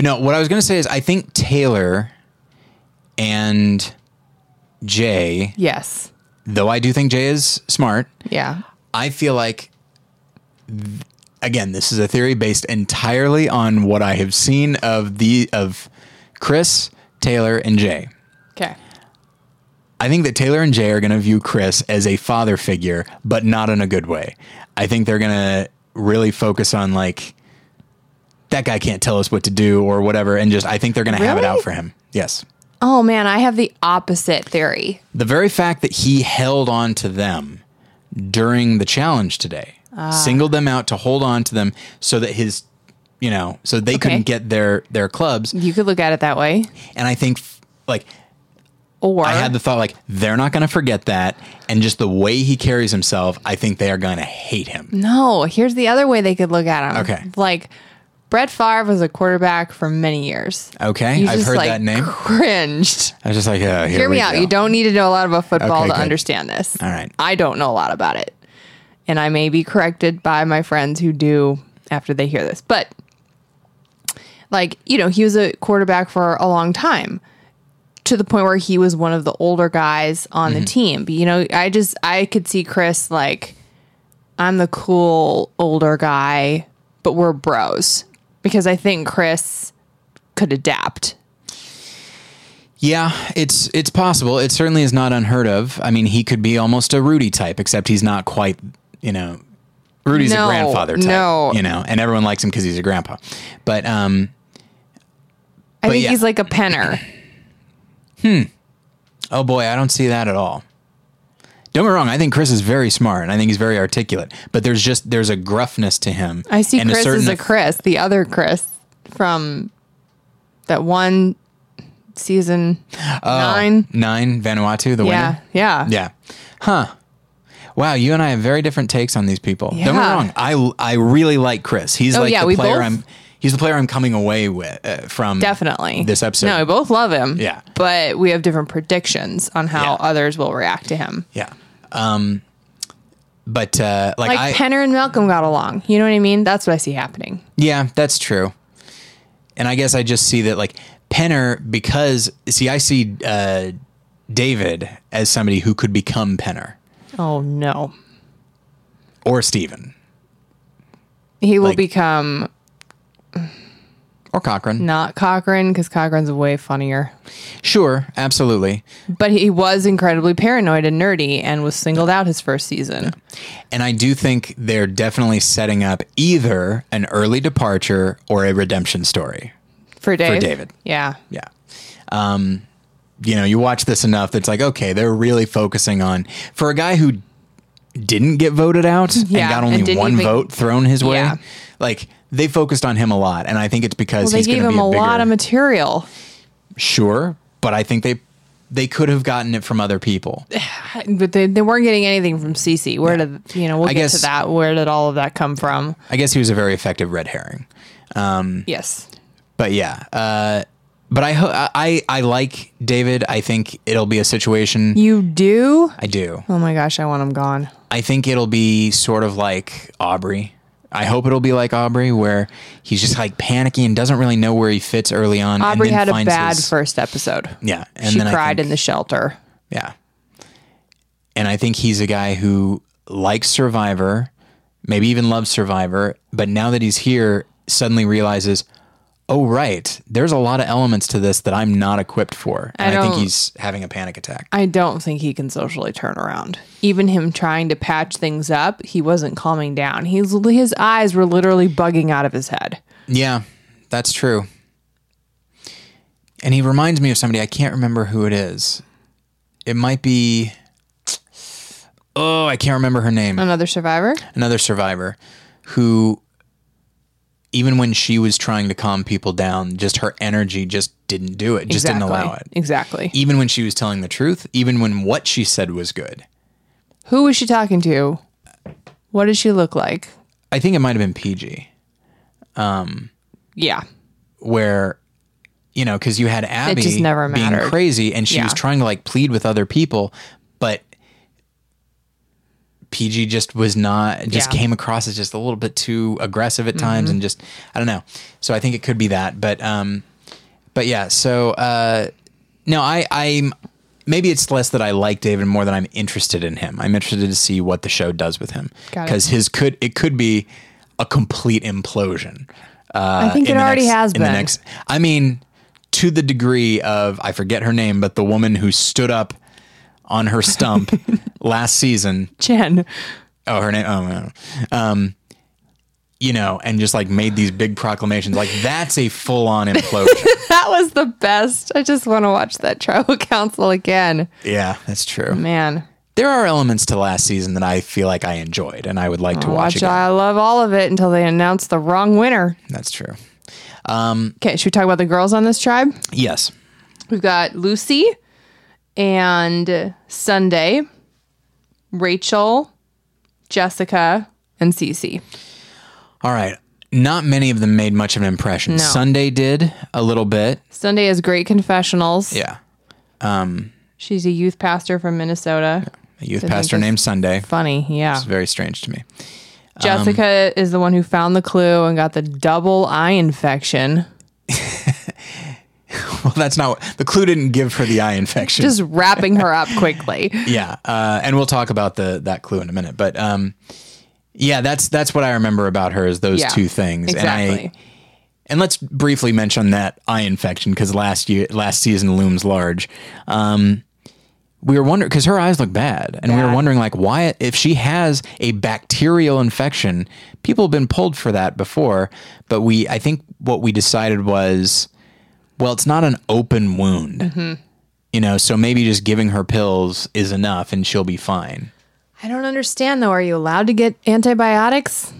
[SPEAKER 1] no, what I was gonna say is I think Taylor and Jay,
[SPEAKER 2] yes.
[SPEAKER 1] though I do think Jay is smart,
[SPEAKER 2] Yeah.
[SPEAKER 1] I feel like, th- again, this is a theory based entirely on what I have seen of the of Chris, Taylor, and Jay.
[SPEAKER 2] Okay.
[SPEAKER 1] I think that Taylor and Jay are going to view Chris as a father figure, but not in a good way. I think they're going to really focus on like that guy can't tell us what to do or whatever, and just I think they're going to have it
[SPEAKER 2] Really?
[SPEAKER 1] out for him. Yes,
[SPEAKER 2] Oh man, I have the opposite theory.
[SPEAKER 1] the very fact that he held on to them during the challenge today singled them out to hold on to them so that his you know so they couldn't get their their clubs
[SPEAKER 2] You could look at it that way.
[SPEAKER 1] and i think f- like
[SPEAKER 2] Or
[SPEAKER 1] i had the thought like they're not going to forget that and just the way he carries himself i think they are going to hate him
[SPEAKER 2] no, here's the other way they could look at him.
[SPEAKER 1] Okay.
[SPEAKER 2] Like Brett Favre was a quarterback for many years.
[SPEAKER 1] okay
[SPEAKER 2] You
[SPEAKER 1] i've
[SPEAKER 2] just,
[SPEAKER 1] heard
[SPEAKER 2] like,
[SPEAKER 1] that name
[SPEAKER 2] [laughs] Cringed.
[SPEAKER 1] i was just like uh, here
[SPEAKER 2] Hear me
[SPEAKER 1] we
[SPEAKER 2] out.
[SPEAKER 1] go.
[SPEAKER 2] You don't need to know a lot about football
[SPEAKER 1] Okay,
[SPEAKER 2] to
[SPEAKER 1] good.
[SPEAKER 2] understand this.
[SPEAKER 1] All right.
[SPEAKER 2] I don't know a lot about it. And I may be corrected by my friends who do after they hear this. But like, you know, he was a quarterback for a long time to the point where he was one of the older guys on
[SPEAKER 1] Mm-hmm.
[SPEAKER 2] the team. But, you know, I just I could see Chris like I'm the cool older guy, but we're bros because I think Chris could adapt
[SPEAKER 1] Yeah, it's it's possible. It certainly is not unheard of. I mean, he could be almost a Rudy type, except he's not quite. You know, Rudy's
[SPEAKER 2] No,
[SPEAKER 1] a grandfather type.
[SPEAKER 2] no.
[SPEAKER 1] you know, and everyone likes him because he's a grandpa. But um,
[SPEAKER 2] I
[SPEAKER 1] But
[SPEAKER 2] think
[SPEAKER 1] yeah.
[SPEAKER 2] he's like
[SPEAKER 1] [clears throat]
[SPEAKER 2] a penner.
[SPEAKER 1] oh boy, I don't see that at all. Don't get me wrong. I think Chris is very smart, and I think he's very articulate. But there's just there's a gruffness to him.
[SPEAKER 2] I see
[SPEAKER 1] and
[SPEAKER 2] Chris as
[SPEAKER 1] certain
[SPEAKER 2] a Chris, the other Chris from that one season nine.
[SPEAKER 1] nine Vanuatu, the
[SPEAKER 2] Yeah,
[SPEAKER 1] winner.
[SPEAKER 2] yeah,
[SPEAKER 1] Oh. Yeah. Huh. Wow, you and I have very different takes on these people. Don't get me
[SPEAKER 2] Yeah.
[SPEAKER 1] wrong. I I really like Chris. He's
[SPEAKER 2] Oh,
[SPEAKER 1] like
[SPEAKER 2] yeah,
[SPEAKER 1] the
[SPEAKER 2] we
[SPEAKER 1] player
[SPEAKER 2] both-
[SPEAKER 1] I'm. He's the player I'm coming away with uh, from
[SPEAKER 2] Definitely.
[SPEAKER 1] this episode.
[SPEAKER 2] No, we both love him.
[SPEAKER 1] Yeah.
[SPEAKER 2] But we have different predictions on how
[SPEAKER 1] Yeah.
[SPEAKER 2] others will react to him.
[SPEAKER 1] Yeah. Um, but uh, like,
[SPEAKER 2] Like
[SPEAKER 1] I
[SPEAKER 2] Penner and Malcolm got along. You know what I mean? That's what I see happening.
[SPEAKER 1] yeah, that's true. And I guess I just see that like Penner because see I see uh, David as somebody who could become Penner
[SPEAKER 2] Oh no.
[SPEAKER 1] or Steven
[SPEAKER 2] He will
[SPEAKER 1] Like-
[SPEAKER 2] become
[SPEAKER 1] or Cochrane.
[SPEAKER 2] not Cochrane because Cochrane's way funnier.
[SPEAKER 1] Sure, absolutely.
[SPEAKER 2] But he was incredibly paranoid and nerdy and was singled out his first season.
[SPEAKER 1] And I do think they're definitely setting up either an early departure or a redemption story.
[SPEAKER 2] For Dave.
[SPEAKER 1] David.
[SPEAKER 2] Yeah.
[SPEAKER 1] Yeah. Um, you know, you watch this enough that's like, okay, they're really focusing on for a guy who didn't get voted out
[SPEAKER 2] Yeah,
[SPEAKER 1] and got
[SPEAKER 2] and
[SPEAKER 1] only
[SPEAKER 2] didn't
[SPEAKER 1] one
[SPEAKER 2] even-
[SPEAKER 1] vote thrown his way.
[SPEAKER 2] Yeah.
[SPEAKER 1] Like they focused on him a lot, and I think it's because
[SPEAKER 2] Well, they
[SPEAKER 1] he's
[SPEAKER 2] gave
[SPEAKER 1] going to
[SPEAKER 2] him
[SPEAKER 1] be a,
[SPEAKER 2] a,
[SPEAKER 1] bigger,
[SPEAKER 2] lot of material.
[SPEAKER 1] sure, but I think they they could have gotten it from other people.
[SPEAKER 2] Uh, But they, they weren't getting anything from Cece. Where did you know? We'll
[SPEAKER 1] I
[SPEAKER 2] get
[SPEAKER 1] guess-
[SPEAKER 2] to that. Where did all of that come from?
[SPEAKER 1] I guess he was a very effective red herring. Mm.
[SPEAKER 2] Yes,
[SPEAKER 1] but yeah uh but i ho- i i like david i think it'll be a situation
[SPEAKER 2] you do.
[SPEAKER 1] i do
[SPEAKER 2] Oh my gosh, I want him gone.
[SPEAKER 1] i think it'll be sort of like aubrey i hope it'll be like aubrey where he's just like panicky and doesn't really know where he fits early on and
[SPEAKER 2] Aubrey
[SPEAKER 1] then
[SPEAKER 2] had a
[SPEAKER 1] finds
[SPEAKER 2] bad
[SPEAKER 1] his-
[SPEAKER 2] first episode.
[SPEAKER 1] yeah and
[SPEAKER 2] she
[SPEAKER 1] then I
[SPEAKER 2] cried
[SPEAKER 1] think-
[SPEAKER 2] in the shelter.
[SPEAKER 1] yeah and i think he's a guy who likes survivor maybe even loves survivor but now that he's here suddenly realizes oh right there's a lot of elements to this that i'm not equipped for and i, think
[SPEAKER 2] don't-
[SPEAKER 1] he's having a panic attack
[SPEAKER 2] I don't think he can socially turn around. Even him trying to patch things up, he wasn't calming down. He's his eyes were literally bugging out of his head.
[SPEAKER 1] yeah that's true and he reminds me of somebody i can't remember who it is it might be oh i can't remember her name
[SPEAKER 2] Another survivor.
[SPEAKER 1] another survivor who even when she was trying to calm people down just her energy just didn't do it just didn't allow it
[SPEAKER 2] Exactly.
[SPEAKER 1] even when she was telling the truth even when what she said was good
[SPEAKER 2] Who was she talking to? What did she look like?
[SPEAKER 1] i think it might have been pg
[SPEAKER 2] Yeah.
[SPEAKER 1] where you know because you had abby
[SPEAKER 2] just never
[SPEAKER 1] being
[SPEAKER 2] mattered.
[SPEAKER 1] crazy and she was
[SPEAKER 2] Yeah.
[SPEAKER 1] trying to like plead with other people but pg just was not just
[SPEAKER 2] Yeah. Mm-hmm.
[SPEAKER 1] came across as just a little bit too aggressive at times and just i don't know so i think it could be that but um but yeah so uh no i i'm maybe it's less that i like david more than i'm interested in him i'm interested to see what the show does with him
[SPEAKER 2] Got it.
[SPEAKER 1] because his could it could be a complete implosion
[SPEAKER 2] I think
[SPEAKER 1] Uh,
[SPEAKER 2] it
[SPEAKER 1] in the
[SPEAKER 2] already
[SPEAKER 1] next-
[SPEAKER 2] has
[SPEAKER 1] in
[SPEAKER 2] been.
[SPEAKER 1] The next, I mean, to the degree of I forget her name, but the woman who stood up on her stump
[SPEAKER 2] [laughs]
[SPEAKER 1] last season.
[SPEAKER 2] Jen.
[SPEAKER 1] Oh, her name. Oh, no. um, you know, and just like made these big proclamations. Like that's a full on
[SPEAKER 2] [laughs]
[SPEAKER 1] implosion.
[SPEAKER 2] That was the best. I just want to watch that tribal [laughs] council again.
[SPEAKER 1] yeah, that's true.
[SPEAKER 2] Man,
[SPEAKER 1] There are elements to last season that I feel like I enjoyed, and I would like to watch
[SPEAKER 2] Oh, watch
[SPEAKER 1] again.
[SPEAKER 2] I love all of it until they announce the wrong winner.
[SPEAKER 1] That's true.
[SPEAKER 2] Okay, should we talk about the girls on this tribe?
[SPEAKER 1] Yes.
[SPEAKER 2] We've got Lucy and Sunday, Rachel, Jessica, and Cece.
[SPEAKER 1] All right. Not many of them made much of an impression. Sunday did a little bit.
[SPEAKER 2] Sunday has great confessionals.
[SPEAKER 1] Yeah.
[SPEAKER 2] She's a youth pastor from Minnesota.
[SPEAKER 1] A youth
[SPEAKER 2] think
[SPEAKER 1] pastor
[SPEAKER 2] it's-
[SPEAKER 1] named Sunday.
[SPEAKER 2] Funny, yeah.
[SPEAKER 1] It's very strange to me. [laughs]
[SPEAKER 2] Jessica
[SPEAKER 1] Um,
[SPEAKER 2] is the one who found the clue and got the double eye infection.
[SPEAKER 1] Well, that's not the clue. Didn't give her the eye infection.
[SPEAKER 2] Just wrapping her up
[SPEAKER 1] [laughs]
[SPEAKER 2] quickly.
[SPEAKER 1] yeah, uh, and we'll talk about the that clue in a minute. But um, yeah, that's that's what I remember about her is those
[SPEAKER 2] Yeah,
[SPEAKER 1] two things.
[SPEAKER 2] Exactly.
[SPEAKER 1] And And let's briefly mention that eye infection because last year, last season looms large. Um, we were wondering because her eyes look bad, and we were
[SPEAKER 2] Bad.
[SPEAKER 1] wondering like why if she has a bacterial infection, people have been pulled for that before. But we, I think, what we decided was, well, it's not an open wound, you know. So maybe just giving her pills is enough, and she'll be fine.
[SPEAKER 2] I don't understand though. Are you allowed to get antibiotics?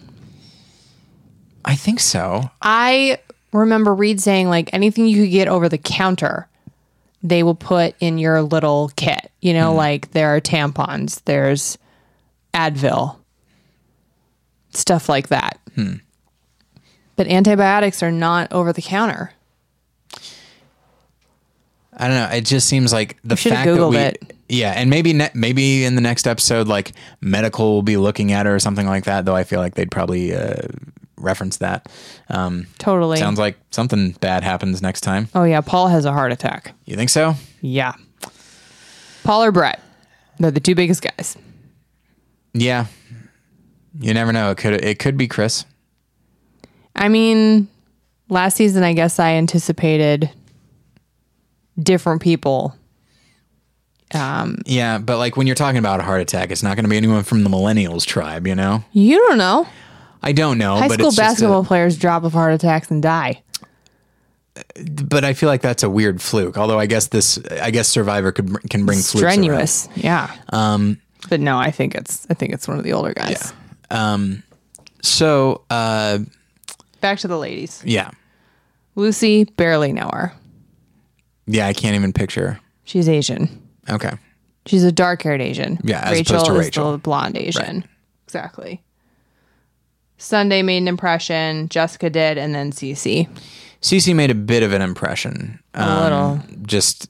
[SPEAKER 1] I think so.
[SPEAKER 2] I remember Reed saying like anything you could get over the counter, they will put in your little kit. You know,
[SPEAKER 1] Mm.
[SPEAKER 2] like there are tampons, there's Advil, stuff like that.
[SPEAKER 1] Hmm.
[SPEAKER 2] But antibiotics are not over the counter.
[SPEAKER 1] I don't know. It just seems like the
[SPEAKER 2] should've
[SPEAKER 1] fact that
[SPEAKER 2] Googled
[SPEAKER 1] we,
[SPEAKER 2] it.
[SPEAKER 1] yeah, and maybe ne- maybe in the next episode, like medical will be looking at her or something like that. Though I feel like they'd probably uh, reference that. Um,
[SPEAKER 2] Totally.
[SPEAKER 1] sounds like something bad happens next time.
[SPEAKER 2] oh yeah, Paul has a heart attack.
[SPEAKER 1] You think so?
[SPEAKER 2] Yeah. Paul or Brett. They're the two biggest guys.
[SPEAKER 1] Yeah. You never know. It could it could be Chris.
[SPEAKER 2] I mean, last season, I guess I anticipated different people.
[SPEAKER 1] Yeah, but like when you're talking about a heart attack, it's not going to be anyone from the millennials tribe. You know,
[SPEAKER 2] You don't know.
[SPEAKER 1] I don't know.
[SPEAKER 2] High
[SPEAKER 1] but
[SPEAKER 2] school
[SPEAKER 1] it's just a-
[SPEAKER 2] basketball players drop of heart attacks and die.
[SPEAKER 1] but I feel like that's a weird fluke. Although I guess this, I guess Survivor could br- can bring flukes around.
[SPEAKER 2] Strenuous. Yeah. Um, but no, I think it's I think it's one of the older guys.
[SPEAKER 1] So uh,
[SPEAKER 2] Back to the ladies.
[SPEAKER 1] yeah,
[SPEAKER 2] Lucy barely know her.
[SPEAKER 1] yeah, I can't even picture.
[SPEAKER 2] She's Asian.
[SPEAKER 1] Okay.
[SPEAKER 2] She's a dark haired Asian.
[SPEAKER 1] Yeah, as opposed to
[SPEAKER 2] is
[SPEAKER 1] Rachel.
[SPEAKER 2] the blonde Asian. Exactly. Sunday made an impression. Jessica did, and then Cece.
[SPEAKER 1] Cece made a bit of an impression. Um,
[SPEAKER 2] little.
[SPEAKER 1] Just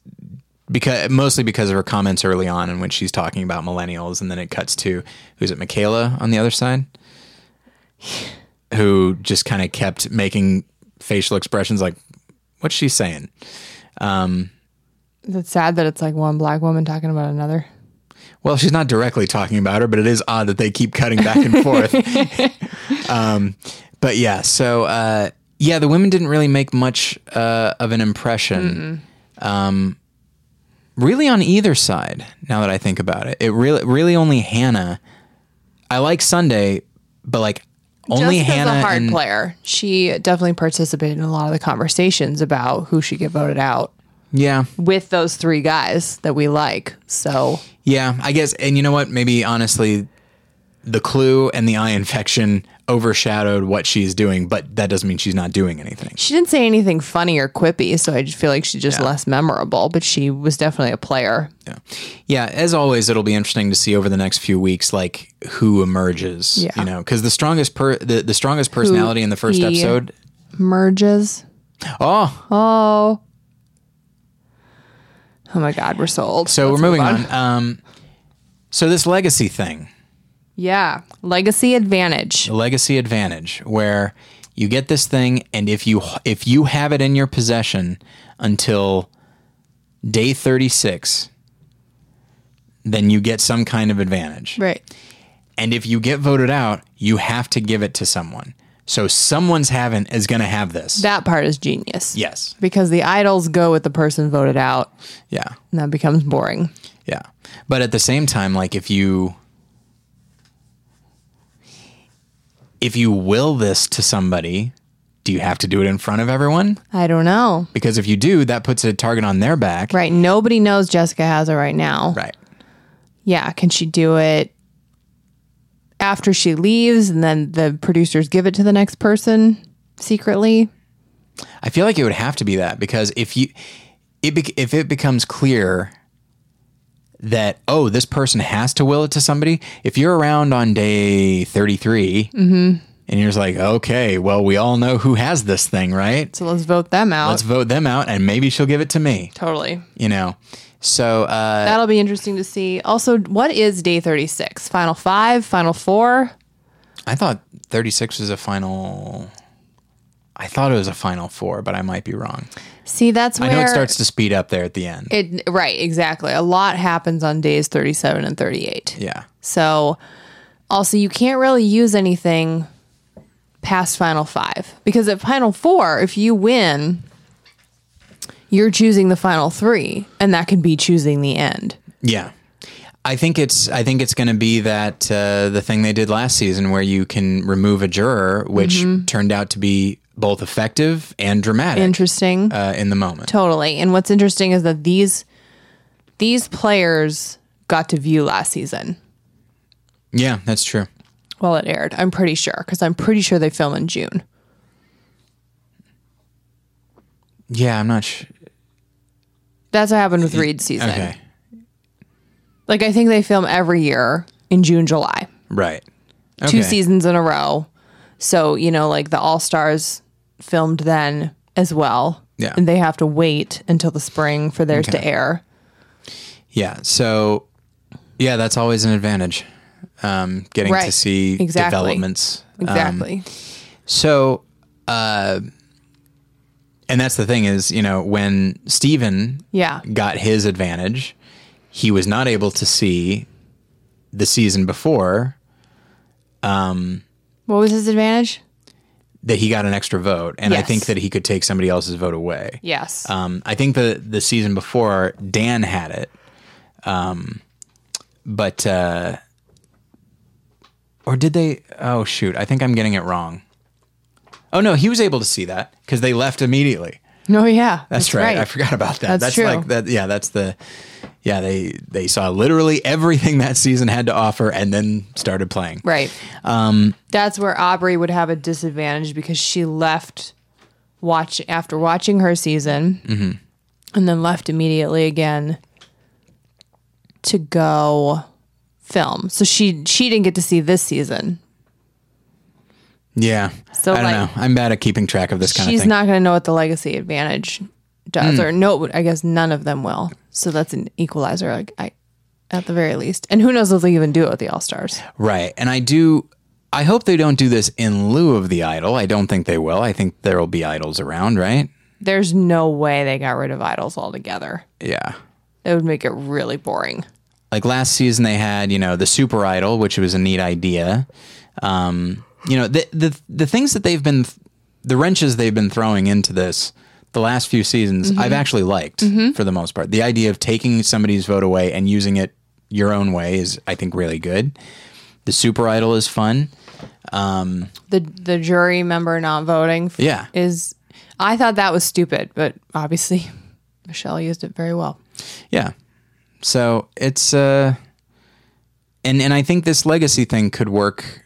[SPEAKER 1] because, mostly because of her comments early on and when she's talking about millennials. And then it cuts to, who's it, Michaela on the other side? Who just kind of kept making facial expressions like, what's she saying?
[SPEAKER 2] Is it sad that it's like one black woman talking about another?
[SPEAKER 1] Well, she's not directly talking about her, but it is odd that they keep cutting back and forth. um,
[SPEAKER 2] [laughs]
[SPEAKER 1] but yeah, so uh, yeah, the women didn't really make much uh, of an impression, um, really on either side. Now that I think about it, it really, really only Hannah. I like Sunday, but like only
[SPEAKER 2] Jessica's
[SPEAKER 1] Hannah
[SPEAKER 2] a hard
[SPEAKER 1] and
[SPEAKER 2] player. She definitely participated in a lot of the conversations about who should get voted out
[SPEAKER 1] yeah,
[SPEAKER 2] with those three guys that we like. So
[SPEAKER 1] yeah. I guess, and you know what? Maybe honestly, the clue and the eye infection overshadowed what she's doing, but that doesn't mean she's not doing anything.
[SPEAKER 2] she didn't say anything funny or quippy, so I just feel like she's just less memorable, but she was definitely a player.
[SPEAKER 1] Yeah. Yeah. As always, it'll be interesting to see over the next few weeks, like who emerges.
[SPEAKER 2] Yeah.
[SPEAKER 1] You know, because the strongest per the, the strongest personality in the first
[SPEAKER 2] he-
[SPEAKER 1] episode.
[SPEAKER 2] Merges.
[SPEAKER 1] Oh,
[SPEAKER 2] Oh. Oh my God, we're sold.
[SPEAKER 1] so
[SPEAKER 2] Let's
[SPEAKER 1] we're
[SPEAKER 2] move
[SPEAKER 1] moving on. Um, so this legacy thing,
[SPEAKER 2] Yeah. Legacy advantage.
[SPEAKER 1] the legacy advantage, where you get this thing, and if you if you have it in your possession until day thirty six, then you get some kind of advantage.
[SPEAKER 2] Right.
[SPEAKER 1] And if you get voted out, you have to give it to someone. So someone's having is going to have this.
[SPEAKER 2] That part is genius.
[SPEAKER 1] yes.
[SPEAKER 2] Because the idols go with the person voted out,
[SPEAKER 1] Yeah.
[SPEAKER 2] and that becomes boring.
[SPEAKER 1] Yeah. But at the same time, like if you if you will this to somebody, do you have to do it in front of everyone?
[SPEAKER 2] I don't know.
[SPEAKER 1] Because if you do, that puts a target on their back.
[SPEAKER 2] Right. Nobody knows Jessica has it right now.
[SPEAKER 1] Right.
[SPEAKER 2] Yeah. Can she do it after she leaves and then the producers give it to the next person secretly?
[SPEAKER 1] I feel like it would have to be that because if you it bec- if it becomes clear that oh this person has to will it to somebody if you're around on day 33
[SPEAKER 2] Mm-hmm.
[SPEAKER 1] and you're just like okay well we all know who has this thing right
[SPEAKER 2] So let's vote them out.
[SPEAKER 1] let's vote them out and maybe she'll give it to me
[SPEAKER 2] totally.
[SPEAKER 1] you know so uh
[SPEAKER 2] That'll be interesting to see. Also, what is day 36? Final five? Final four?
[SPEAKER 1] i thought 36 was a final i thought it was a final four but i might be wrong
[SPEAKER 2] See, that's where
[SPEAKER 1] i know it starts to speed up there at the end
[SPEAKER 2] it- right, exactly. A lot happens on days 37 and 38.
[SPEAKER 1] yeah
[SPEAKER 2] So, also, you can't really use anything past Final Five. Because at Final Four, if you win, you're choosing the Final Three, and that could be choosing the end.
[SPEAKER 1] Yeah. I think it's I think it's going to be that uh, the thing they did last season where you can remove a juror, which
[SPEAKER 2] Mm-hmm.
[SPEAKER 1] turned out to be both effective and dramatic
[SPEAKER 2] Interesting.
[SPEAKER 1] uh, in the moment.
[SPEAKER 2] Totally. And what's interesting is that these these players got to view last season
[SPEAKER 1] Yeah, that's true.
[SPEAKER 2] while it aired. I'm pretty sure because I'm pretty sure they film in June.
[SPEAKER 1] Yeah, I'm not sure.
[SPEAKER 2] That's what happened with Reed's season.
[SPEAKER 1] Okay,
[SPEAKER 2] Like I think they film every year in June, July,
[SPEAKER 1] right. Okay.
[SPEAKER 2] two seasons in a row. So you know, like the All Stars filmed then as well.
[SPEAKER 1] Yeah.
[SPEAKER 2] And they have to wait until the spring for theirs to air.
[SPEAKER 1] Yeah. So, yeah, that's always an advantage. Um, getting to
[SPEAKER 2] Right.
[SPEAKER 1] see
[SPEAKER 2] Exactly.
[SPEAKER 1] developments.
[SPEAKER 2] Exactly.
[SPEAKER 1] So, uh, and that's the thing is, you know, when Steven
[SPEAKER 2] yeah.
[SPEAKER 1] got his advantage, he was not able to see the season before
[SPEAKER 2] What was his advantage?
[SPEAKER 1] that he got an extra vote. And I
[SPEAKER 2] Yes.
[SPEAKER 1] think that he could take somebody else's vote away.
[SPEAKER 2] Yes.
[SPEAKER 1] Um, I think the the season before Dan had it, um, but uh, or did they? Oh shoot! I think I'm getting it wrong. Oh no, he was able to see that because they left immediately.
[SPEAKER 2] no. Yeah.
[SPEAKER 1] That's, right. I forgot about that.
[SPEAKER 2] That's true.
[SPEAKER 1] like that. Yeah, that's the. Yeah, they they saw literally everything that season had to offer, and then started playing.
[SPEAKER 2] Right. Um, That's where Aubrey would have a disadvantage because she left watch after watching her season,
[SPEAKER 1] Mm-hmm.
[SPEAKER 2] and then left immediately again to go film. So she she didn't get to see this season.
[SPEAKER 1] Yeah.
[SPEAKER 2] So,
[SPEAKER 1] I don't
[SPEAKER 2] like-
[SPEAKER 1] know. I'm bad at keeping track of this kind of
[SPEAKER 2] She's
[SPEAKER 1] thing. Hmm.
[SPEAKER 2] not going to know what the legacy advantage does, or no, I guess none of them will. So that's an equalizer, like I, at the very least. And who knows if they even do it with the All Stars?
[SPEAKER 1] Right. And I do I hope they don't do this in lieu of the idol. I don't think they will. I think there'll be idols around, right?
[SPEAKER 2] There's no way they got rid of idols altogether.
[SPEAKER 1] Yeah.
[SPEAKER 2] That would make it really boring.
[SPEAKER 1] Like last season they had, you know, the super idol, which was a neat idea. Um, you know, the the the things that they've been the wrenches they've been throwing into this the last few seasons I've actually liked for the most part. The idea of taking somebody's vote away and using it your own way is I think really good. The super idol is fun.
[SPEAKER 2] the the jury member not voting f-
[SPEAKER 1] Yeah.
[SPEAKER 2] is I thought that was stupid, but obviously [laughs] Michelle used it very well.
[SPEAKER 1] Yeah. So it's uh and and I think this legacy thing could work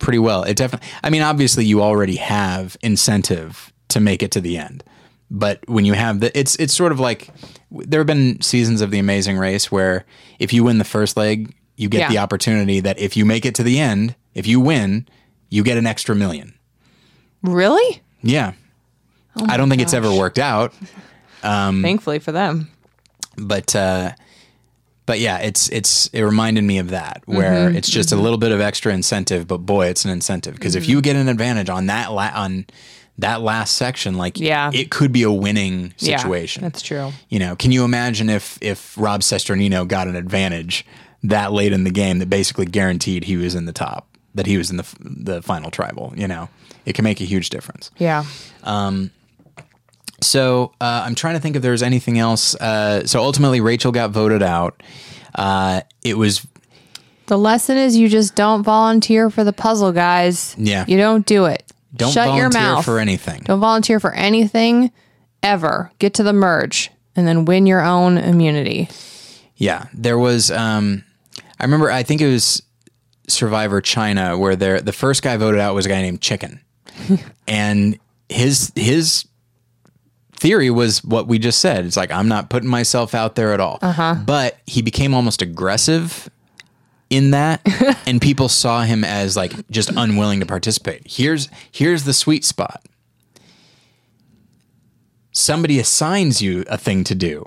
[SPEAKER 1] pretty well. It definitely I mean obviously you already have incentive to make it to the end. But when you have the it's it's sort of like there have been seasons of the amazing race where if you win the first leg, you get
[SPEAKER 2] Yeah.
[SPEAKER 1] the opportunity that if you make it to the end, if you win, you get an extra million.
[SPEAKER 2] Really?
[SPEAKER 1] Yeah. I don't think it's ever worked out. Mm.
[SPEAKER 2] Thankfully for them.
[SPEAKER 1] but uh, but yeah, it's it's it reminded me of that where
[SPEAKER 2] Mm-hmm.
[SPEAKER 1] it's just a little bit of extra incentive, but boy, it's an incentive because if
[SPEAKER 2] Mm-hmm.
[SPEAKER 1] you get an advantage on that la- on that last section, like
[SPEAKER 2] Yeah.
[SPEAKER 1] it could be a winning situation.
[SPEAKER 2] Yeah, that's true.
[SPEAKER 1] You know, can you imagine if if Rob Sesternino got an advantage that late in the game that basically guaranteed he was in the top, that he was in the f- the final tribal? You know, it can make a huge difference.
[SPEAKER 2] Yeah.
[SPEAKER 1] So uh, I'm trying to think if there was anything else. Uh, so ultimately, Rachel got voted out. Uh, it was
[SPEAKER 2] The lesson is you just don't volunteer for the puzzle, guys.
[SPEAKER 1] Yeah.
[SPEAKER 2] You don't do it.
[SPEAKER 1] don't
[SPEAKER 2] Shut
[SPEAKER 1] volunteer
[SPEAKER 2] your mouth.
[SPEAKER 1] for anything.
[SPEAKER 2] don't volunteer for anything ever. Get to the merge and then win your own immunity.
[SPEAKER 1] Yeah, there was. Um, I remember. I think it was Survivor China where there the first guy voted out was a guy named Chicken, and his his theory was what we just said. It's like I'm not putting myself out there at all. Uh-huh. But he became almost aggressive in that and people saw him as like just unwilling to participate. Here's here's the sweet spot. Somebody assigns you a thing to do.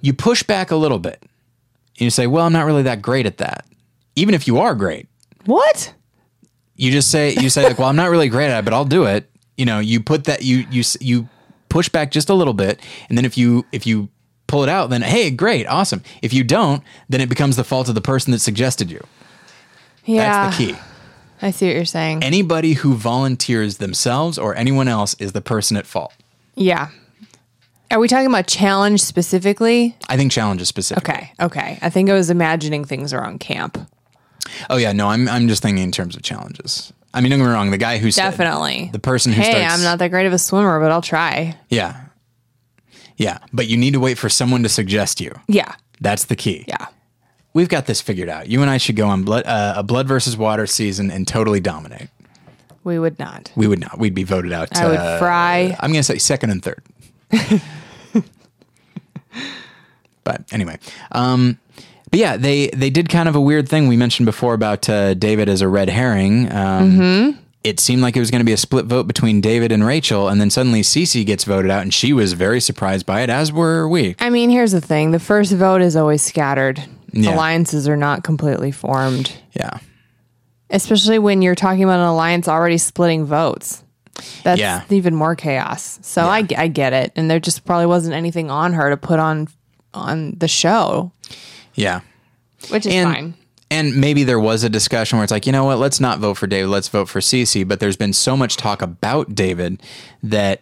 [SPEAKER 1] You push back a little bit. And you say, "Well, I'm not really that great at that." Even if you are great,
[SPEAKER 2] What?
[SPEAKER 1] you just say you say like, "Well, I'm not really great at it, but I'll do it." You know, you put that you you s- you push back just a little bit, and then if you if you pull it out, then hey, great, awesome. If you don't, then it becomes the fault of the person that suggested you.
[SPEAKER 2] Yeah.
[SPEAKER 1] That's the key.
[SPEAKER 2] I see what you're saying.
[SPEAKER 1] Anybody who volunteers themselves or anyone else is the person at fault.
[SPEAKER 2] yeah. Are we talking about challenge specifically?
[SPEAKER 1] I think challenges specific.
[SPEAKER 2] Okay. Okay. I think I was imagining things around camp.
[SPEAKER 1] Oh yeah, no, I'm I'm just thinking in terms of challenges. I mean, don't get me wrong. The guy who said-
[SPEAKER 2] Definitely.
[SPEAKER 1] the person who
[SPEAKER 2] hey,
[SPEAKER 1] starts
[SPEAKER 2] I'm not that great of a swimmer, but I'll try.
[SPEAKER 1] yeah yeah, but you need to wait for someone to suggest you.
[SPEAKER 2] Yeah.
[SPEAKER 1] That's the key.
[SPEAKER 2] Yeah.
[SPEAKER 1] We've got this figured out. You and I should go on blood, uh, a blood versus water season and totally dominate.
[SPEAKER 2] We would not.
[SPEAKER 1] We would not. We'd be voted out.
[SPEAKER 2] I would
[SPEAKER 1] uh,
[SPEAKER 2] fry.
[SPEAKER 1] I'm going to say second and
[SPEAKER 2] [laughs]
[SPEAKER 1] third. but anyway, um, but yeah, they they did kind of a weird thing we mentioned before about uh, David as a red herring. Um,
[SPEAKER 2] Mm-hmm.
[SPEAKER 1] It seemed like it was going to be a split vote between David and Rachel, and then suddenly Cece gets voted out, and she was very surprised by it, as were we.
[SPEAKER 2] I mean, here's the thing the first vote is always scattered,
[SPEAKER 1] Yeah.
[SPEAKER 2] alliances are not completely formed,
[SPEAKER 1] Yeah,
[SPEAKER 2] especially when you're talking about an alliance already splitting votes. That's
[SPEAKER 1] Yeah.
[SPEAKER 2] even more chaos. So I, g- I get it. And there just probably wasn't anything on her to put on on the show,
[SPEAKER 1] yeah,
[SPEAKER 2] which is
[SPEAKER 1] and.
[SPEAKER 2] fine.
[SPEAKER 1] And maybe there was a discussion where it's like, you know what, let's not vote for David, let's vote for Cece. But there's been so much talk about David that,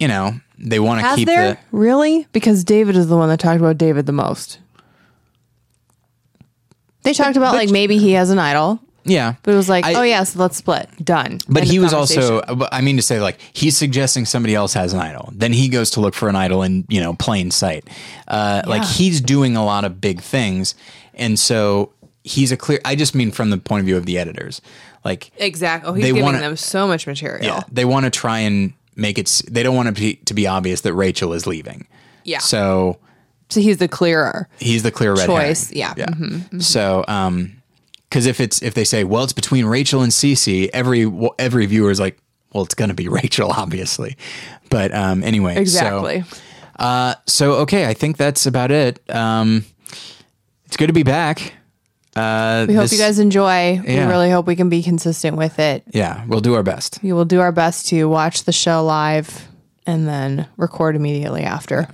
[SPEAKER 1] you know, they want to
[SPEAKER 2] Has
[SPEAKER 1] keep
[SPEAKER 2] there
[SPEAKER 1] the
[SPEAKER 2] really? Because David is the one that talked about David the most. They talked about like maybe he has an idol,
[SPEAKER 1] Yeah.
[SPEAKER 2] but it was like,
[SPEAKER 1] I-
[SPEAKER 2] oh yeah, so let's split. Done.
[SPEAKER 1] But
[SPEAKER 2] End
[SPEAKER 1] he
[SPEAKER 2] of
[SPEAKER 1] was
[SPEAKER 2] conversation.
[SPEAKER 1] also, but I mean to say, like, he's suggesting somebody else has an idol. Then he goes to look for an idol in, you know, plain sight. Uh, Like,
[SPEAKER 2] Yeah.
[SPEAKER 1] he's doing a lot of big things. And so he's a clear, I just mean from the point of view of the editors. Like,
[SPEAKER 2] exactly. Oh, he's
[SPEAKER 1] They
[SPEAKER 2] giving
[SPEAKER 1] wanna-
[SPEAKER 2] them so much material.
[SPEAKER 1] yeah, they want to try and make it, s- they don't want it to be, to be obvious that Rachel is leaving.
[SPEAKER 2] Yeah.
[SPEAKER 1] So
[SPEAKER 2] So he's the clearer.
[SPEAKER 1] he's the clear red
[SPEAKER 2] Choice,
[SPEAKER 1] herring.
[SPEAKER 2] yeah.
[SPEAKER 1] Yeah.
[SPEAKER 2] mm-hmm.
[SPEAKER 1] So, um, because if it's if they say, well, it's between Rachel and Cece, every every viewer is like, well, it's gonna be [laughs] Rachel, obviously. But um, anyway, so-
[SPEAKER 2] Exactly.
[SPEAKER 1] uh, so okay, I think that's about it. Um, it's good to be back. Uh,
[SPEAKER 2] we hope you guys enjoy.
[SPEAKER 1] Yeah.
[SPEAKER 2] We really hope we can be consistent with it.
[SPEAKER 1] Yeah, we'll do our best.
[SPEAKER 2] We will do our best to watch the show live and then record immediately after.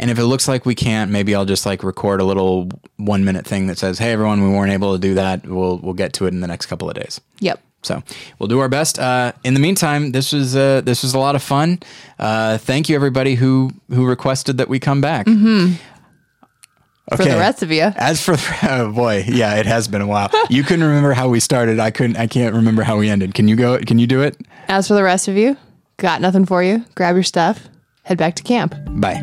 [SPEAKER 1] And if it looks like we can't, maybe I'll just like record a little one minute thing that says, "Hey, everyone, we weren't able to do that. We'll we'll get to it in the next couple of days."
[SPEAKER 2] Yep.
[SPEAKER 1] So we'll do our best. Uh, in the meantime, this was uh, this was a lot of fun. Uh, thank you everybody who who requested that we come back.
[SPEAKER 2] For the rest of you.
[SPEAKER 1] As for [laughs] oh boy, yeah, it has been a while. you couldn't remember how we started. I couldn't. I can't remember how we ended. Can you go? Can you do it?
[SPEAKER 2] As for the rest of you, got nothing for you. Grab your stuff, head back to camp.
[SPEAKER 1] Bye.